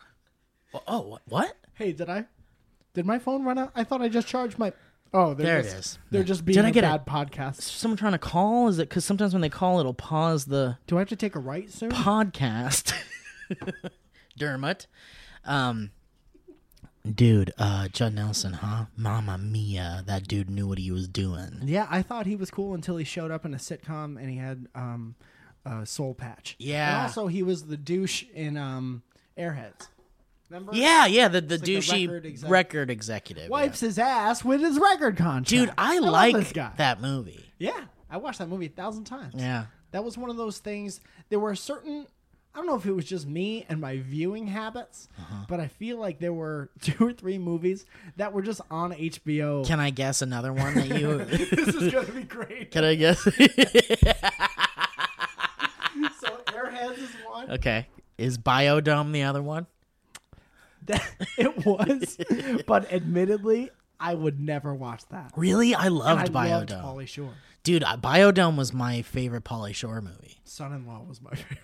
Speaker 3: "Oh, oh, what?
Speaker 2: Hey, did I? Did my phone run out? I thought I just charged my. Oh, they're
Speaker 3: There it
Speaker 2: just,
Speaker 3: is.
Speaker 2: They're just being
Speaker 3: Did I
Speaker 2: a
Speaker 3: get a-
Speaker 2: bad podcast.
Speaker 3: Someone trying to call is it cuz sometimes when they call it'll pause the
Speaker 2: Do I have to take a right soon?
Speaker 3: podcast. Dermot. Um Dude, uh Judd Nelson, huh? Mama mia, that dude knew what he was doing.
Speaker 2: Yeah, I thought he was cool until he showed up in a sitcom and he had um, a soul patch.
Speaker 3: Yeah.
Speaker 2: And also, he was the douche in um, Airheads. Remember?
Speaker 3: Yeah, yeah, the, the
Speaker 2: the
Speaker 3: douchey
Speaker 2: record
Speaker 3: record,
Speaker 2: exec-
Speaker 3: executive. yeah.
Speaker 2: Wipes his ass with his record contract.
Speaker 3: Dude, I,
Speaker 2: love
Speaker 3: like
Speaker 2: this guy.
Speaker 3: that movie.
Speaker 2: Yeah, I watched that movie a thousand times.
Speaker 3: Yeah.
Speaker 2: That was one of those things. There were certain. I don't know if it was just me and my viewing habits,
Speaker 3: Uh-huh.
Speaker 2: but I feel like there were two or three movies that were just on HBO.
Speaker 3: Can I guess another one that you
Speaker 2: this is gonna be great.
Speaker 3: Can I guess?
Speaker 2: So Airheads is one.
Speaker 3: okay. Is Biodome the other one?
Speaker 2: That, it was, but admittedly, I would never watch that.
Speaker 3: Really? I
Speaker 2: And I
Speaker 3: loved
Speaker 2: loved
Speaker 3: Biodome.
Speaker 2: Pauly Shore.
Speaker 3: Dude, I- Biodome was my favorite Polly Shore movie.
Speaker 2: Son-in-Law was my favorite.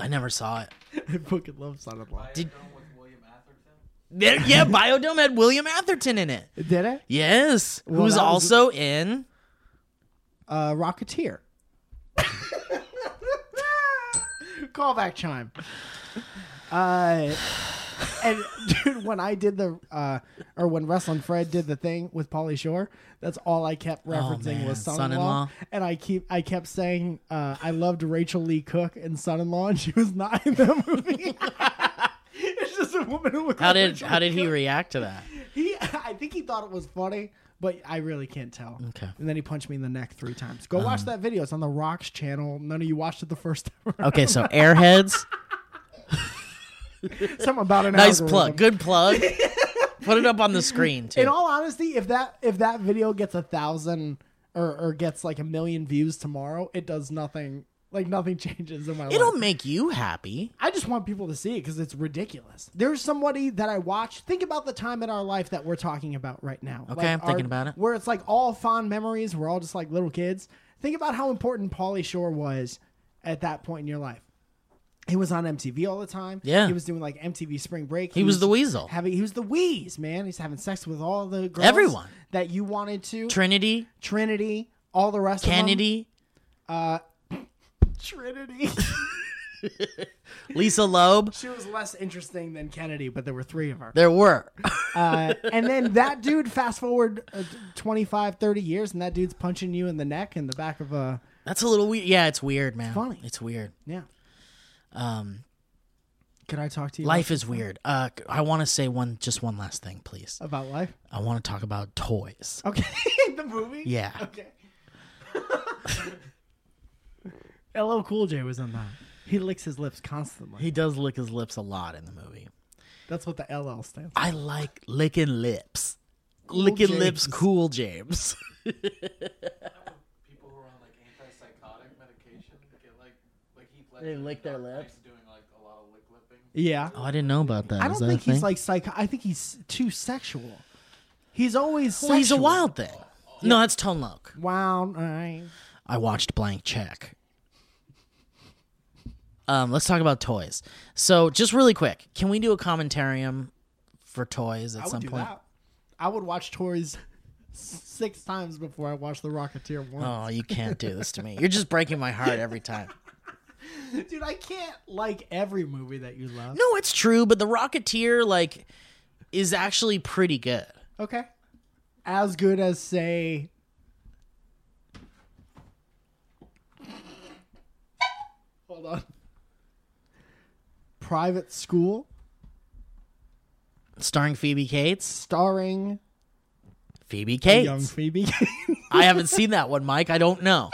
Speaker 3: I never saw it.
Speaker 2: I fucking love Son-in-Law.
Speaker 3: Did-
Speaker 4: Done with William Atherton?
Speaker 3: There- yeah, Biodome had William Atherton in it.
Speaker 2: Did it?
Speaker 3: Yes.
Speaker 2: Well,
Speaker 3: who's
Speaker 2: that was-
Speaker 3: also in
Speaker 2: Uh, Rocketeer. Callback chime. Uh, and dude, when I did the uh, or when Wrestling Fred did the thing with Polly Shore, that's all I kept referencing
Speaker 3: Oh, man,
Speaker 2: was son-in-law,
Speaker 3: Son-in-Law.
Speaker 2: and I keep I kept saying uh, I loved Rachel Lee Cook and son-in-law, and she was not in that movie. it's just a woman who looked
Speaker 3: How
Speaker 2: like
Speaker 3: did
Speaker 2: Rachel
Speaker 3: how
Speaker 2: Lee
Speaker 3: did he react to that?
Speaker 2: he, I think he thought it was funny, but I really can't tell.
Speaker 3: Okay. Um,
Speaker 2: And then he punched me in the neck three times. Go watch that video. It's on the Rocks channel. None of you watched it the first time.
Speaker 3: Okay, so Airheads.
Speaker 2: Something about an
Speaker 3: Nice
Speaker 2: algorithm.
Speaker 3: plug. Good plug. Put it up on the screen too.
Speaker 2: In all honesty, if that if that video gets a thousand or, or gets like a million views tomorrow, it does nothing. Like nothing changes in my life.
Speaker 3: It'll make you happy.
Speaker 2: I just want people to see it because it's ridiculous. There's somebody that I watch. Think about the time in our life that we're talking about right now.
Speaker 3: Okay, I'm thinking about it.
Speaker 2: Where it's like all fond memories. We're all just like little kids. Think about how important Pauly Shore was at that point in your life. He was on MTV all the time.
Speaker 3: Yeah.
Speaker 2: he was doing like MTV Spring Break.
Speaker 3: He was the weasel.
Speaker 2: Having he was the wheeze man. He's having sex with all the girls
Speaker 3: Everyone.
Speaker 2: that you wanted to.
Speaker 3: Trinity,
Speaker 2: Trinity, all the rest of
Speaker 3: Kennedy,
Speaker 2: them. Trinity.
Speaker 3: Lisa Loeb.
Speaker 2: she was less interesting than Kennedy, but there were three of her.
Speaker 3: There were.
Speaker 2: Uh, and then that dude fast forward uh, 25 30 years and that dude's punching you in the neck in the back of a
Speaker 3: That's a little weird. Yeah, it's weird, man.
Speaker 2: Funny.
Speaker 3: It's weird.
Speaker 2: yeah
Speaker 3: Um,
Speaker 2: could i talk to you
Speaker 3: life is weird. Uh, I want to say one, just one last thing, please.
Speaker 2: about life
Speaker 3: I want to talk about toys.
Speaker 2: okay the movie
Speaker 3: Yeah.
Speaker 2: okay LL Cool J was in that. He licks his lips constantly.
Speaker 3: He does lick his lips a lot in the movie.
Speaker 2: That's what the LL stands.
Speaker 3: I like licking lips. licking lips,
Speaker 2: James.
Speaker 3: cool James.
Speaker 4: People who are on like antipsychotic medication get like like he
Speaker 3: They lick their lips?
Speaker 4: doing like a lot of lick lipping.
Speaker 2: For. Yeah.
Speaker 3: oh, I didn't know about that.
Speaker 2: I
Speaker 3: Is
Speaker 2: don't
Speaker 3: that a
Speaker 2: think
Speaker 3: thing?
Speaker 2: he's like psycho. I think he's too sexual. He's always.
Speaker 3: Well, he's a
Speaker 2: sexual.
Speaker 3: wild thing. No, that's Tone Loc.
Speaker 2: Wow. All right.
Speaker 3: I watched Blank Check. Um, let's talk about toys. So, just really quick, can we do a commentarium for toys at
Speaker 2: I would
Speaker 3: some
Speaker 2: do
Speaker 3: point?
Speaker 2: that. I would watch Toys six times before I watched The Rocketeer one.
Speaker 3: Oh, you can't do this to me. You're just breaking my heart every time.
Speaker 2: Dude, I can't like every movie that you love.
Speaker 3: No, it's true, but the Rocketeer like is actually pretty good.
Speaker 2: Okay. As good as say Hold on. Private School
Speaker 3: Starring Phoebe Cates.
Speaker 2: starring
Speaker 3: Phoebe
Speaker 2: young
Speaker 3: Cates.
Speaker 2: Phoebe.
Speaker 3: I haven't seen that one, Mike. I don't know.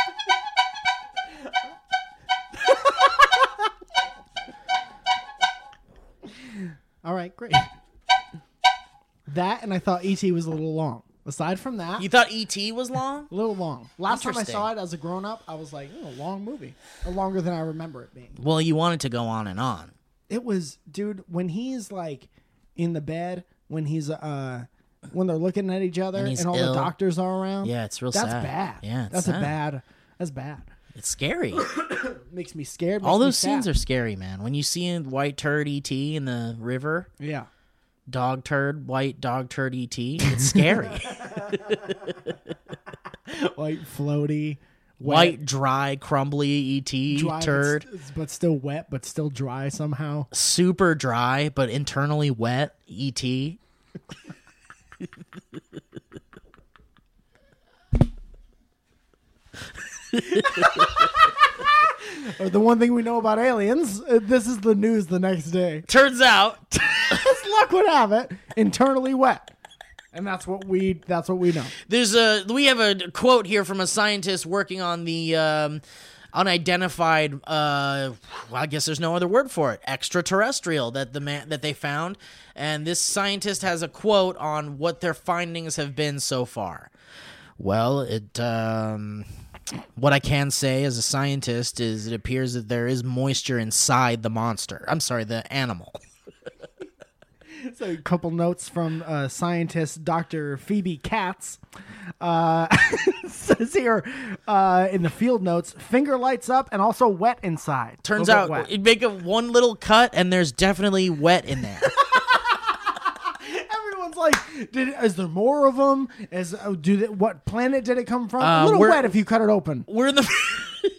Speaker 2: All right, great. That and I thought ET E was a little long. Aside from that,
Speaker 3: You thought E.T. was long?
Speaker 2: a little long. Last time I
Speaker 3: Interesting.
Speaker 2: saw it as a grown up, I was like, oh, long movie. Longer than I remember it being.
Speaker 3: Well, you wanted to go on and on.
Speaker 2: It was, dude, when he's like in the bed, when he's, uh, when they're looking at each other
Speaker 3: And
Speaker 2: and,
Speaker 3: he's
Speaker 2: all the
Speaker 3: ill.
Speaker 2: doctors are around.
Speaker 3: Yeah, it's real
Speaker 2: That's
Speaker 3: sad.
Speaker 2: bad.
Speaker 3: Yeah, it's
Speaker 2: that's a
Speaker 3: sad.
Speaker 2: bad. That's bad.
Speaker 3: It's scary.
Speaker 2: Makes me scared.
Speaker 3: All
Speaker 2: makes me
Speaker 3: those scenes
Speaker 2: sad.
Speaker 3: are scary, man. When you see a white turd ET in the river,
Speaker 2: Yeah.
Speaker 3: dog turd, white dog turd ET, it's scary.
Speaker 2: White, floaty, wet,
Speaker 3: white, dry, crumbly ET
Speaker 2: dry, but
Speaker 3: turd.
Speaker 2: s- but still wet, but still dry somehow.
Speaker 3: Super dry, but internally wet E ET.
Speaker 2: Or the one thing we know about aliens, uh, this is the news the next day.
Speaker 3: Turns out,
Speaker 2: As luck would have it, internally wet. And that's what we that's what we know.
Speaker 3: there's a we have a quote here from a scientist working on the um, unidentified uh, well, I guess there's no other word for it extraterrestrial that the man that they found and this scientist has a quote on what their findings have been so far well it um, what I can say as a scientist is it appears that there is moisture inside the monster I'm sorry the animal
Speaker 2: So a couple notes from uh, scientist Dr. Phoebe Katz. Uh, says here uh, in the field notes, finger lights up and also wet inside.
Speaker 3: turns
Speaker 2: Those are
Speaker 3: out
Speaker 2: wet.
Speaker 3: you make a one little cut and there's definitely wet in there
Speaker 2: everyone's like, did is there more of them? Is oh, do they, what planet did it come from? a little
Speaker 3: Uh, we're-
Speaker 2: wet if you cut it open.
Speaker 3: we're in the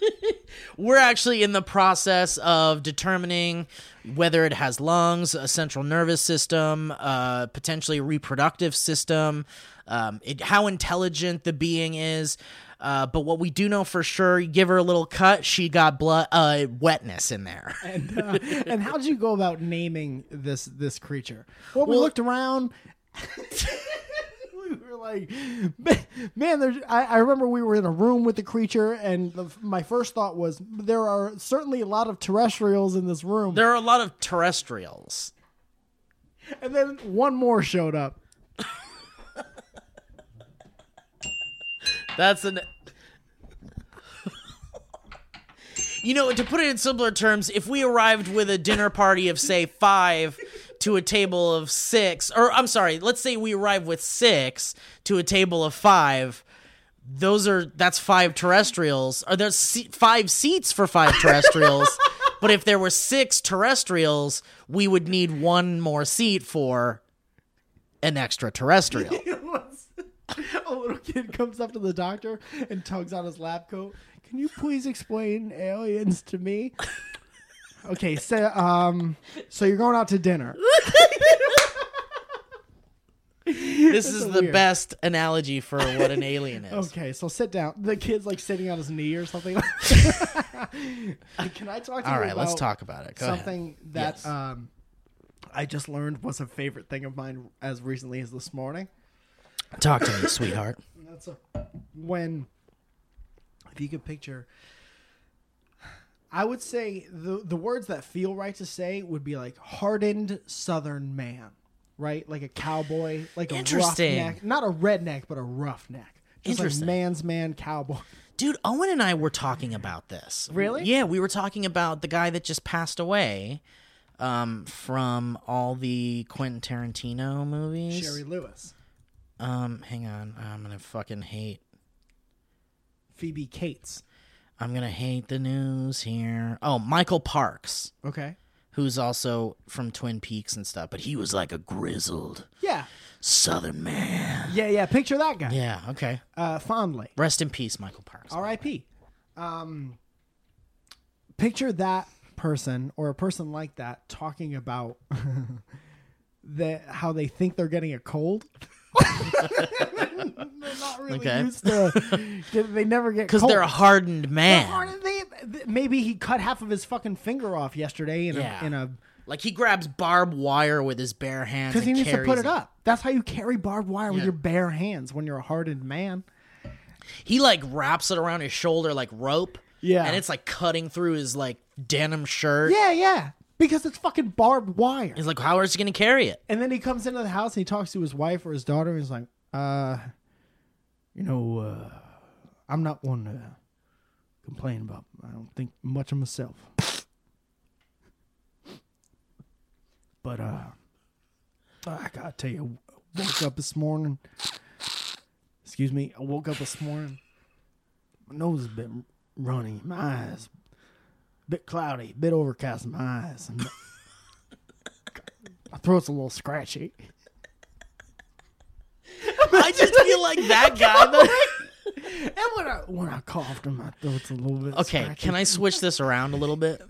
Speaker 3: we're actually in the process of determining whether it has lungs, a central nervous system, uh, potentially reproductive system, um, it, how intelligent the being is. Uh, but what we do know for sure, you give her a little cut, she got blood uh, wetness in there.
Speaker 2: And, uh, and how did you go about naming this this creature? Well, we looked around. we were like, "Ma- man, there's. I, I remember we were in a room with the creature, and the, my first thought was, there are certainly a lot of terrestrials in this room.
Speaker 3: There are a lot of terrestrials.
Speaker 2: and then one more showed up.
Speaker 3: That's an. you know, to put it in simpler terms, if we arrived with a dinner party of, say, five to a table of six, or I'm sorry, let's say we arrive with six to a table of five. Those are that's five terrestrials. Are there se- five seats for five terrestrials? but if there were six terrestrials, we would need one more seat for an extraterrestrial.
Speaker 2: Once a little kid comes up to the doctor and tugs on his lab coat. Can you please explain aliens to me? Okay, so um, so you're going out to dinner.
Speaker 3: This is
Speaker 2: so
Speaker 3: the
Speaker 2: weird.
Speaker 3: best analogy for what an alien is.
Speaker 2: Okay, so sit down. The kid's like sitting on his knee or something. Uh, Can I talk to
Speaker 3: All
Speaker 2: you
Speaker 3: right, let's
Speaker 2: about
Speaker 3: talk about it. Go ahead.
Speaker 2: something that
Speaker 3: Yes.
Speaker 2: um, I just learned was a favorite thing of mine as recently as this morning?
Speaker 3: Talk to me, sweetheart.
Speaker 2: That's a, when, if you could picture, I would say the the words that feel right to say would be like hardened Southern man, right? Like a cowboy, like a
Speaker 3: Interesting.
Speaker 2: roughneck, not a redneck, but a roughneck. Just
Speaker 3: Interesting.
Speaker 2: like man's man cowboy.
Speaker 3: Dude, Owen and I were talking about this.
Speaker 2: Really?
Speaker 3: Yeah, we were talking about the guy that just passed away um, from all the Quentin Tarantino movies.
Speaker 2: Jerry Lewis,
Speaker 3: Um, hang on. I'm going to fucking hate.
Speaker 2: Phoebe Cates.
Speaker 3: I'm going to hate the news here. Oh, Michael Parks,
Speaker 2: Okay.
Speaker 3: who's also from Twin Peaks and stuff, but he was like a grizzled
Speaker 2: Yeah.
Speaker 3: southern man.
Speaker 2: Yeah, yeah. Picture that guy
Speaker 3: Yeah, okay.
Speaker 2: uh, fondly.
Speaker 3: Rest in peace, Michael Parks.
Speaker 2: R.I.P. Um, picture that person or a person like that talking about the how they think they're getting a cold. they're not really
Speaker 3: Okay.
Speaker 2: used to. They never get
Speaker 3: Because
Speaker 2: cold.
Speaker 3: they're a hardened man.
Speaker 2: Aren't they- th- Maybe he cut half of his fucking finger off yesterday in
Speaker 3: Yeah.
Speaker 2: a in a
Speaker 3: Like he grabs barbed wire with his bare hands
Speaker 2: because
Speaker 3: because
Speaker 2: he needs to put it up. That's how you carry barbed wire with your bare hands when you're a hardened man.
Speaker 3: He like wraps it around his shoulder like rope.
Speaker 2: Yeah.
Speaker 3: and it's like cutting through his like denim shirt.
Speaker 2: Yeah, yeah, because it's fucking barbed wire.
Speaker 3: he's like, how is he gonna carry it?
Speaker 2: And then he comes into the house and he talks to his wife or his daughter and he's like, Uh, you know, uh, I'm not one to complain about. I don't think much of myself. but uh, I gotta tell you, I woke up this morning. Excuse me, I woke up this morning. My nose is a bit runny. My eyes, a bit cloudy, a bit overcast. in My eyes, and my throat's a little scratchy.
Speaker 3: I just feel like that guy. though.
Speaker 2: And when I when I coughed, my throat's a little bit.
Speaker 3: Okay,
Speaker 2: scratchy.
Speaker 3: can I switch this around a little bit?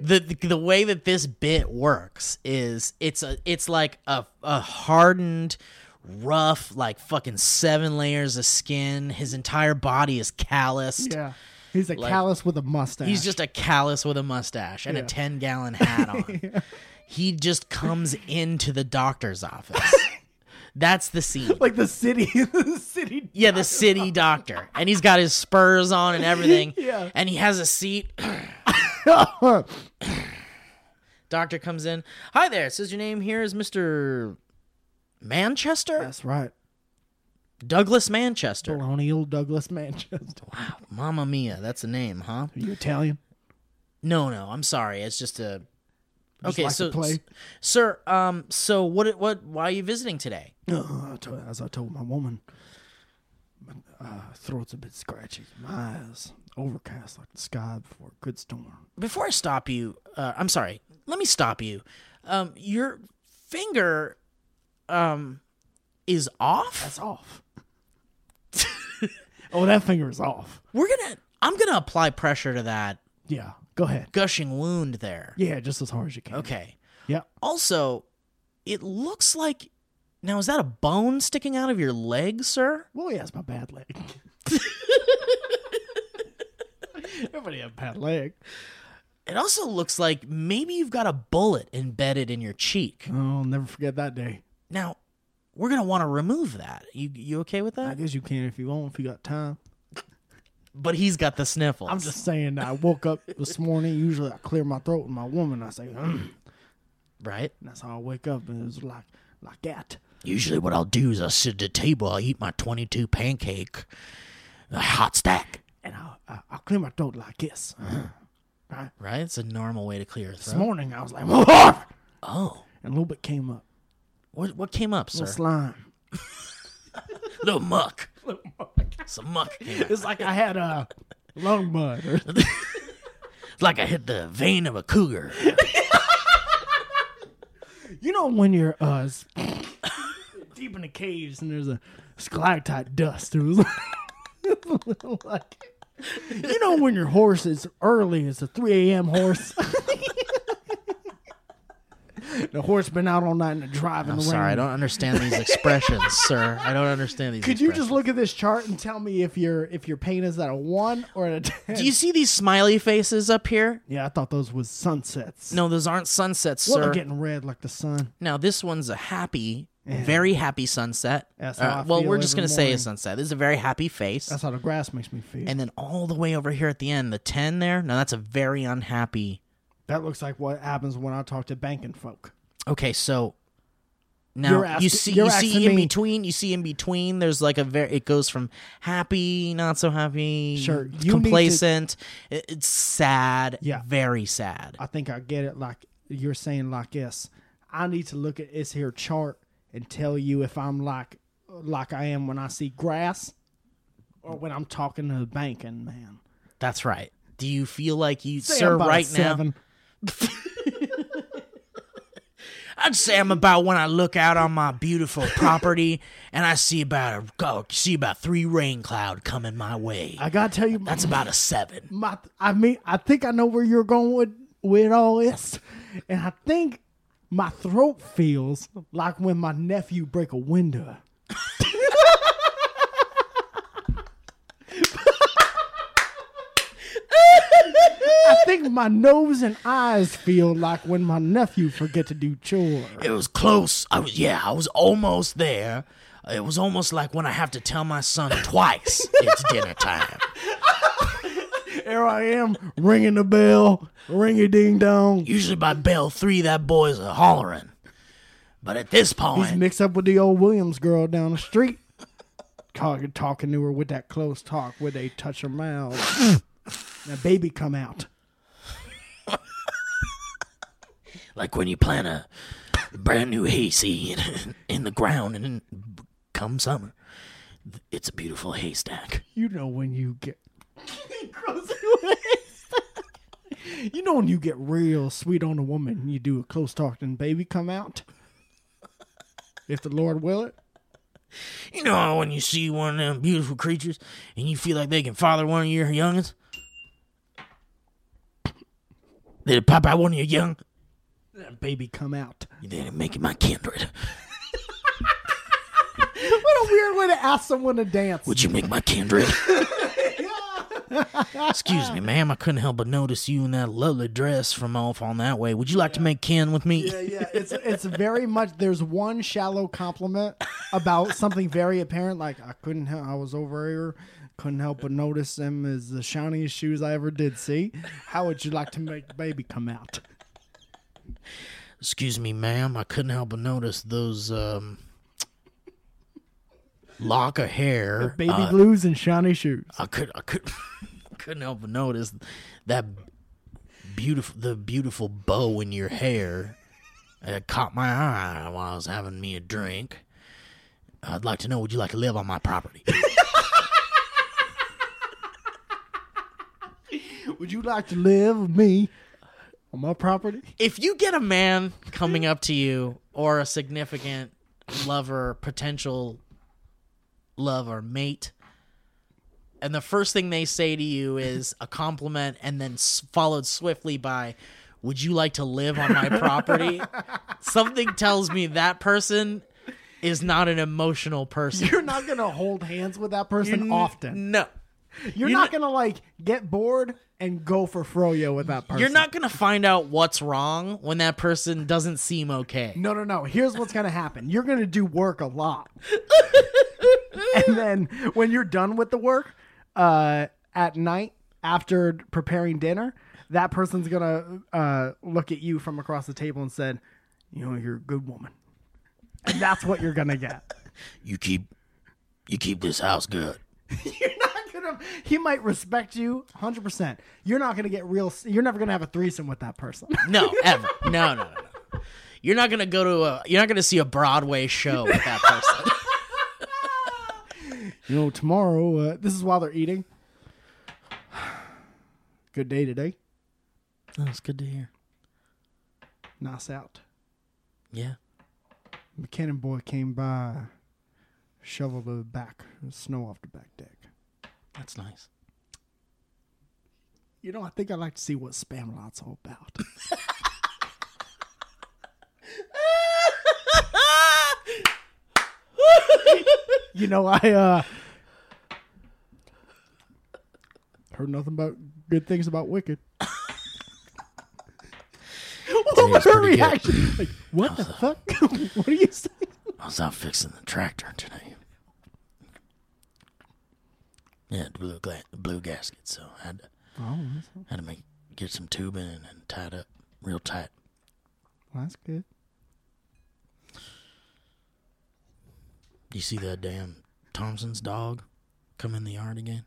Speaker 3: The, the the way that this bit works is it's a it's like a a hardened rough like fucking seven layers of skin his entire body is calloused
Speaker 2: Yeah, he's a callous with a mustache.
Speaker 3: He's just a callous with a mustache and
Speaker 2: Yeah.
Speaker 3: a 10 gallon hat on. He just comes into the doctor's office. That's the scene.
Speaker 2: like the city, the city.
Speaker 3: yeah, the city doctor. And he's got his spurs on and everything.
Speaker 2: Yeah.
Speaker 3: And he has a seat. Doctor comes in. Hi there. It says your name here is Mr. Manchester?
Speaker 2: That's right,
Speaker 3: Douglas Manchester.
Speaker 2: Colonial Douglas Manchester.
Speaker 3: Wow. Mamma mia. That's a name, huh?
Speaker 2: Are you Italian?
Speaker 3: No, no, I'm sorry. It's just a
Speaker 2: Just
Speaker 3: okay.
Speaker 2: like to
Speaker 3: so,
Speaker 2: play.
Speaker 3: s- sir, um, so what? What? Why are you visiting today?
Speaker 2: No, Uh, I told, as I told my woman, my uh, throat's a bit scratchy. My eyes overcast like the sky before a good storm.
Speaker 3: Before I stop you, uh, I'm sorry. Let me stop you. Um, your finger, um, is off.
Speaker 2: That's off. oh, that finger is off.
Speaker 3: We're gonna. I'm gonna apply pressure to that
Speaker 2: Yeah, go ahead.
Speaker 3: gushing wound there.
Speaker 2: Yeah, just as hard as you can.
Speaker 3: Okay.
Speaker 2: Yeah.
Speaker 3: Also, it looks like. Now, is that a bone sticking out of your leg, sir?
Speaker 2: Well, yeah, it's my bad leg. Everybody have a bad leg.
Speaker 3: It also looks like maybe you've got a bullet embedded in your cheek.
Speaker 2: I'll never forget that day.
Speaker 3: Now, we're gonna want to remove that. You you okay with
Speaker 2: I
Speaker 3: that?
Speaker 2: guess you can if you want, if you got time.
Speaker 3: But he's got the sniffles.
Speaker 2: I'm just saying, I woke up this morning. Usually I clear my throat with my woman. I say, "Mm,"
Speaker 3: right.
Speaker 2: and that's how I wake up. And it was like, like that.
Speaker 3: Usually, what I'll do is I sit at the table, I eat my twenty-two pancake, a hot stack.
Speaker 2: And I, I, I clear my throat like this.
Speaker 3: Right, it's a normal way to clear your
Speaker 2: This
Speaker 3: throat.
Speaker 2: morning I was like, "Whoa!"
Speaker 3: Oh,
Speaker 2: and a little bit came up.
Speaker 3: what what came up,
Speaker 2: A
Speaker 3: sir?
Speaker 2: little slime.
Speaker 3: Little muck. Some muck. came out.
Speaker 2: It's like I had a lung mud. Or,
Speaker 3: It's like I hit the vein of a cougar.
Speaker 2: you know when you're uh, s- deep in the caves and there's a stalactite dust. It was like, you know when your horse is early. It's a 3 a.m. horse. the horse been out all night in the drive in
Speaker 3: I'm
Speaker 2: the
Speaker 3: sorry, I
Speaker 2: rain.
Speaker 3: don't understand these expressions, sir. I don't understand these.
Speaker 2: Could you just
Speaker 3: expressions.
Speaker 2: look at this chart and tell me if your if your pain is at a one or at a ten?
Speaker 3: Do you see these smiley faces up here?
Speaker 2: yeah, I thought those was sunsets.
Speaker 3: No, those aren't sunsets,
Speaker 2: Well,
Speaker 3: sir.
Speaker 2: they're getting red like the sun.
Speaker 3: Now this one's a happy, very happy sunset. Uh,
Speaker 2: That's how I
Speaker 3: well,
Speaker 2: feel
Speaker 3: we're just
Speaker 2: every
Speaker 3: gonna say
Speaker 2: morning.
Speaker 3: a sunset. This is a very happy face,
Speaker 2: That's how the grass makes me feel.
Speaker 3: and then all the way over here at the end, the ten there. Now that's a very unhappy.
Speaker 2: that looks like what happens when I talk to banking folk.
Speaker 3: Okay, so now
Speaker 2: You're asking-
Speaker 3: you see
Speaker 2: you're
Speaker 3: you see
Speaker 2: asking
Speaker 3: in
Speaker 2: me.
Speaker 3: between. You see in between. There's like a very. It goes from happy, not so happy,
Speaker 2: Sure, you need to-
Speaker 3: complacent. it- it's sad.
Speaker 2: Yeah.
Speaker 3: very sad.
Speaker 2: I think I get it. Like you're saying, like yes, I need to look at this here chart and tell you if I'm like like I am when I see grass, or when I'm talking to a banking man.
Speaker 3: That's right. Do you feel like you,
Speaker 2: Say
Speaker 3: sir,
Speaker 2: I'm about a
Speaker 3: right now?
Speaker 2: seven.
Speaker 3: I'd say I'm about when I look out on my beautiful property and I see about a oh, see about three rain cloud coming my way.
Speaker 2: I gotta tell you,
Speaker 3: That's about a seven.
Speaker 2: my I mean, I think I know where you're going with with all this, and I think my throat feels like when my nephew break a window. I think my nose and eyes feel like when my nephew forget to do chores.
Speaker 3: It was close. I was yeah, I was almost there. It was almost like when I have to tell my son twice it's dinner time.
Speaker 2: Here I am ringing the bell, ring a ding dong.
Speaker 3: Usually by bell three, that boy's a hollering. But at this
Speaker 2: He's
Speaker 3: point,
Speaker 2: mixed up with the old Williams girl down the street. talking talking to her with that close talk where they touch her mouth. now baby come out.
Speaker 5: Like when you plant a brand new hayseed in the ground, and then come summer, it's a beautiful haystack.
Speaker 2: You know when you get You know when you get real sweet on a woman and you do a close talk and baby come out? If the Lord will it.
Speaker 5: You know when you see one of them beautiful creatures and you feel like they can father one of your youngins? Did it pop out one of your young?
Speaker 2: That baby come out.
Speaker 5: Then it make it my kindred.
Speaker 2: What a weird way to ask someone to dance.
Speaker 5: Would you make my kindred? Excuse me, ma'am. I couldn't help but notice you in that lovely dress from off on that way. Would you like to make kin with me?
Speaker 2: yeah, yeah. It's it's very much. There's one shallow compliment about something very apparent. Like I couldn't. Help, I was over here, couldn't help but notice them as the shiniest shoes I ever did see. How would you like to make the baby come out?
Speaker 5: Excuse me, ma'am. I couldn't help but notice those um lock of hair. uh,
Speaker 2: Baby blues and shiny shoes.
Speaker 5: I could I could couldn't help but notice that beautiful the beautiful bow in your hair. It caught my eye while I was having me a drink. I'd like to know would you like to live on my property?
Speaker 2: Would you like to live with me on my property?
Speaker 3: if you get a man coming up to you or a significant lover, potential lover, mate, and the first thing they say to you is a compliment and then s- followed swiftly by, Would you like to live on my property? Something tells me that person is not an emotional person.
Speaker 2: You're not gonna hold hands with that person often.
Speaker 3: No.
Speaker 2: You're, not gonna like get bored and go for froyo with that person.
Speaker 3: You're not going to find out what's wrong when that person doesn't seem okay.
Speaker 2: No, no, no. Here's what's going to happen. You're going to do work a lot. and then when you're done with the work, uh, at night after preparing dinner, that person's going to uh, look at you from across the table and said, you know, you're a good woman. And that's what you're going to get.
Speaker 5: You keep you keep this house good.
Speaker 2: You're not gonna. He might respect you 100%. You're not going to get real. You're never going to have a threesome with that person.
Speaker 3: No, ever. No, no, no. no. You're not gonna go to a. You're not gonna see a Broadway show with that person.
Speaker 2: You know, tomorrow, uh, this is while they're eating. Good day today.
Speaker 5: Oh, That's good to hear.
Speaker 2: Nice out.
Speaker 5: Yeah.
Speaker 2: McKinnon boy came by, shoveled the back snow off the back deck.
Speaker 5: That's nice.
Speaker 2: You know, I think I'd like to see what spam lot's all about. you know, I uh heard nothing but good things about Wicked. what was
Speaker 5: Today's
Speaker 2: her
Speaker 5: pretty good.
Speaker 2: reaction? Like, what the fuck? what are you saying?
Speaker 5: I was out fixing the tractor today. Yeah, the blue gla- blue gasket, so I had to,
Speaker 2: Oh,
Speaker 5: had to make get some tubing and, and tie it up real tight.
Speaker 2: that's good.
Speaker 5: You see that damn Thompson's dog come in the yard again?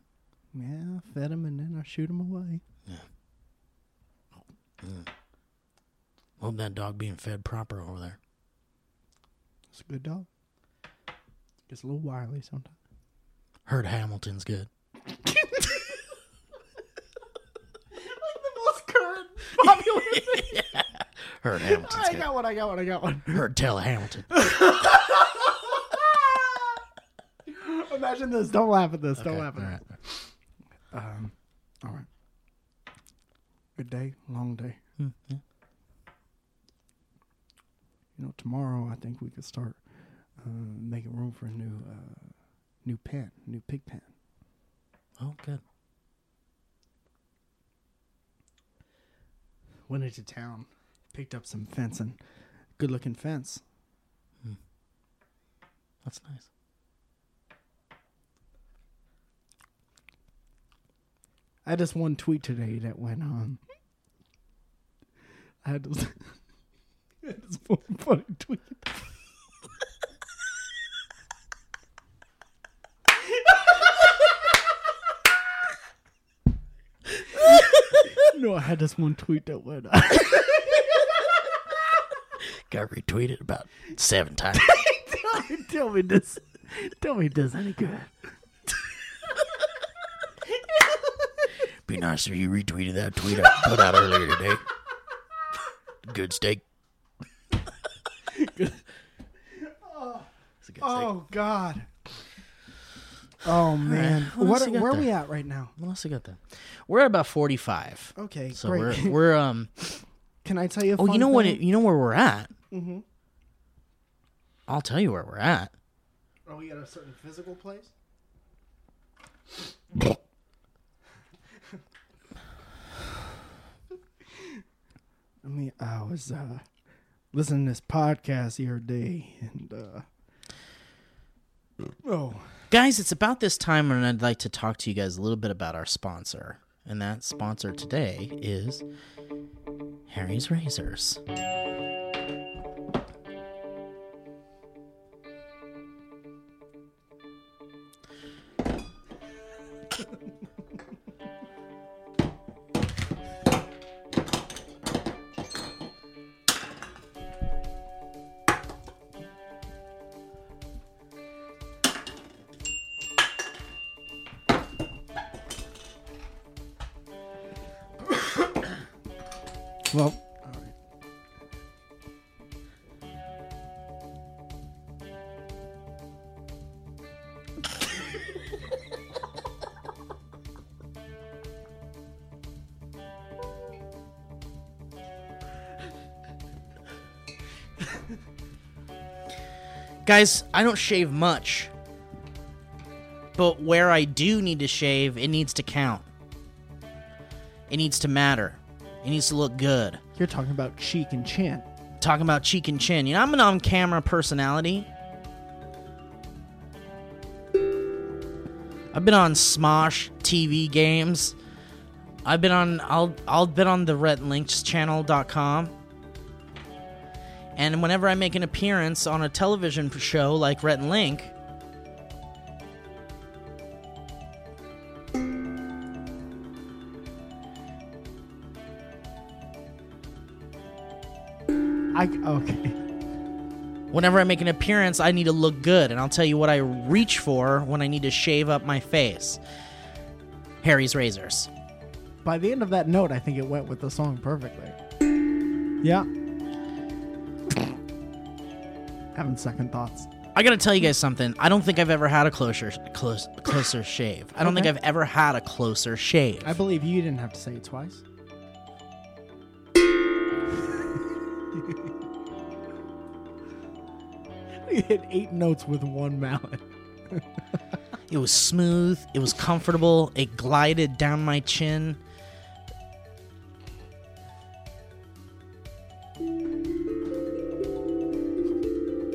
Speaker 2: Yeah, I fed him and then I shoot him away.
Speaker 5: Hope that dog being fed proper over there.
Speaker 2: It's a good dog. Gets a little wily sometimes.
Speaker 5: Heard Hamilton's good. Heard Hamilton's
Speaker 2: I
Speaker 5: good.
Speaker 2: got one. I got one. I got one.
Speaker 5: Heard tell Hamilton.
Speaker 2: Imagine this. Don't laugh at this. Don't laugh at
Speaker 5: All
Speaker 2: this.
Speaker 5: right.
Speaker 2: All right. Good day, long day. You know, tomorrow I think we could start uh, making room for a new, uh, new pen, new pig pen.
Speaker 5: Oh, good.
Speaker 2: Went into town, picked up some fencing, good looking fence.
Speaker 5: That's nice.
Speaker 2: I had this one tweet today that went um I had this, I had this one funny tweet. know I had this one tweet that went.
Speaker 5: Got retweeted about seven times.
Speaker 2: tell, me, tell me this. Tell me this any good.
Speaker 5: Be nice if you retweeted that tweet I put out earlier today. Good steak. It's a good steak.
Speaker 2: Oh God. Oh man,
Speaker 3: what
Speaker 2: what?
Speaker 3: else you got
Speaker 2: where are
Speaker 3: there?
Speaker 2: we at right now?
Speaker 3: What else I got there? We're at about forty-five.
Speaker 2: Okay,
Speaker 3: So
Speaker 2: great.
Speaker 3: we're we're um.
Speaker 2: Can I tell you? A
Speaker 3: Oh,
Speaker 2: fun
Speaker 3: you know what?
Speaker 2: thing?
Speaker 3: It, you know where we're at. Mm-hmm. I'll tell you where we're at.
Speaker 2: Are we at a certain physical place? I mean, I was uh, listening to this podcast the other day, and uh, oh,
Speaker 3: Guys, it's about this time when I'd like to talk to you guys a little bit about our sponsor. And that sponsor today is Harry's Razors.
Speaker 2: well,
Speaker 3: Guys, I don't shave much. But where I do need to shave, it needs to count. It needs to matter. It needs to look good.
Speaker 2: you're talking about cheek and chin.
Speaker 3: Talking about cheek and chin. You know, I'm an on camera personality. I've been on Smosh TV games. I've been on I'll I'll been on the redlinkschannel.com. And whenever I make an appearance on a television show like Rhett and Link,
Speaker 2: I okay,
Speaker 3: whenever I make an appearance, I need to look good, and I'll tell you what I reach for when I need to shave up my face. Harry's razors.
Speaker 2: by the end of that note, I think it went with the song perfectly. Yeah, having second thoughts.
Speaker 3: I gotta tell you guys something. I don't think I've ever had a closer, close, closer shave. I don't think
Speaker 2: Okay.
Speaker 3: I've ever had a closer shave.
Speaker 2: I believe you didn't have to say it twice. you hit eight notes with one mallet.
Speaker 3: It was smooth. It was comfortable. It glided down my chin.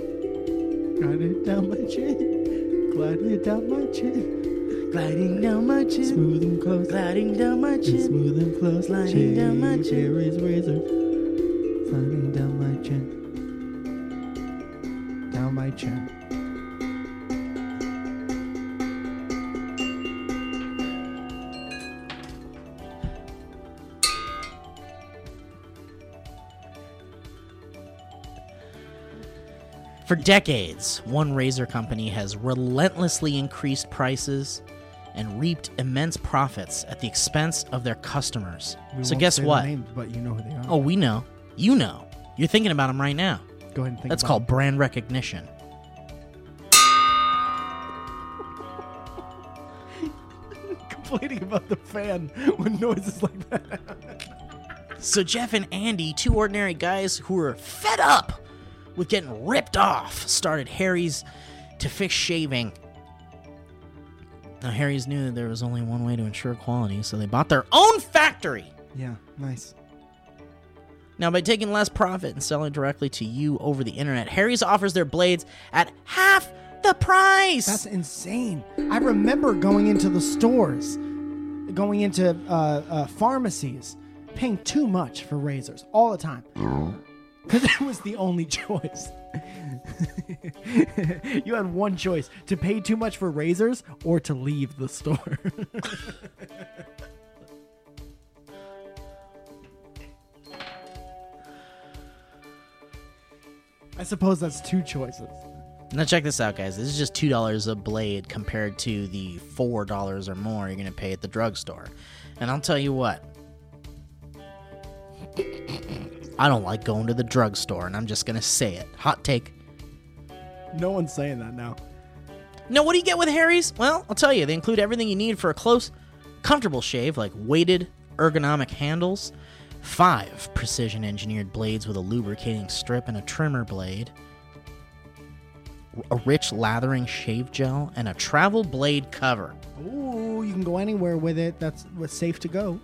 Speaker 2: Glided down my chin. Glided down my chin.
Speaker 3: Gliding down my chin.
Speaker 2: Smooth and close.
Speaker 3: Gliding down my chin.
Speaker 2: Smooth and close.
Speaker 3: Gliding down my
Speaker 2: Shave
Speaker 3: chin.
Speaker 2: Harry's razor. Gliding down my chin. Down my chin.
Speaker 3: For decades, one razor company has relentlessly increased prices and reaped immense profits at the expense of their customers.
Speaker 2: We
Speaker 3: so
Speaker 2: won't
Speaker 3: guess
Speaker 2: say their
Speaker 3: what?
Speaker 2: names, but you know who they are.
Speaker 3: Oh, we know. You know. You're thinking about them right now.
Speaker 2: go ahead and think.
Speaker 3: That's
Speaker 2: about
Speaker 3: called brand recognition.
Speaker 2: complaining about the fan when noises like that.
Speaker 3: So Jeff and Andy, two ordinary guys who were fed up with getting ripped off, started Harry's to fix shaving. Now Harry's knew that there was only one way to ensure quality, so they bought their own factory.
Speaker 2: Yeah, nice.
Speaker 3: Now, by taking less profit and selling directly to you over the internet, Harry's offers their blades at half the price.
Speaker 2: That's insane. I remember going into the stores, going into uh, uh, pharmacies, paying too much for razors all the time. Because that was the only choice. you had one choice to pay too much for razors or to leave the store. I suppose that's two choices.
Speaker 3: Now check this out, guys. This is just two dollars a blade compared to the four dollars or more you're gonna pay at the drugstore. And I'll tell you what. I don't like going to the drugstore, and I'm just gonna say it. Hot take.
Speaker 2: No one's saying that now.
Speaker 3: No, what do you get with Harry's? Well, I'll tell you, they include everything you need for a close, comfortable shave, like weighted, ergonomic handles, five precision engineered blades with a lubricating strip and a trimmer blade, a rich lathering shave gel, and a travel blade cover.
Speaker 2: Ooh, you can go anywhere with it. That's what's safe to go.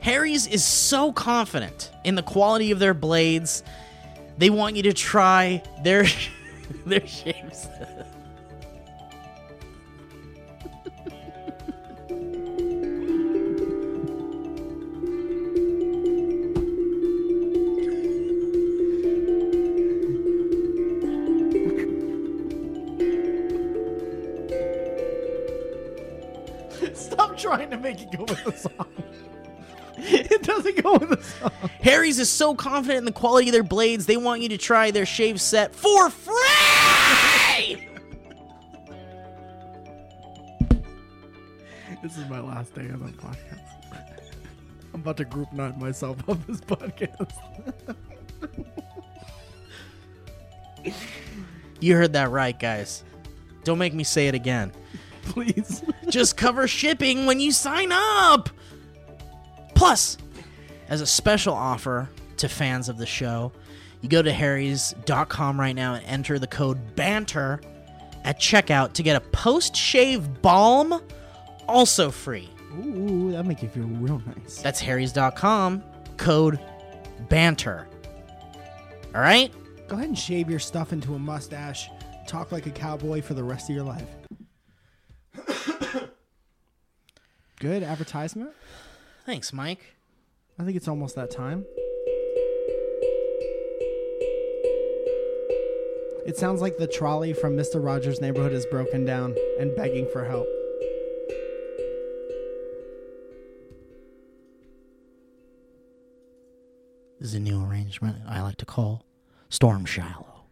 Speaker 3: Harry's is so confident in the quality of their blades, they want you to try their their shapes.
Speaker 2: Stop trying to make it go with the song. it doesn't go with the song.
Speaker 3: Harry's is so confident in the quality of their blades, they want you to try their shave set for free!
Speaker 2: This is my last day on the podcast. I'm about to group nut myself on this podcast.
Speaker 3: you heard that right, guys. Don't make me say it again.
Speaker 2: Please.
Speaker 3: Just cover shipping when you sign up! Plus, as a special offer to fans of the show, you go to harrys.com right now and enter the code BANTER at checkout to get a post shave balm also free.
Speaker 2: Ooh, that make you feel real nice.
Speaker 3: That's harrys.com, code BANTER. All right?
Speaker 2: Go ahead and shave your stuff into a mustache. Talk like a cowboy for the rest of your life. Good advertisement.
Speaker 3: Thanks, Mike.
Speaker 2: I think it's almost that time. It sounds like the trolley from Mr. Rogers' neighborhood is broken down and begging for help.
Speaker 3: This is a new arrangement I like to call Storm Shallow.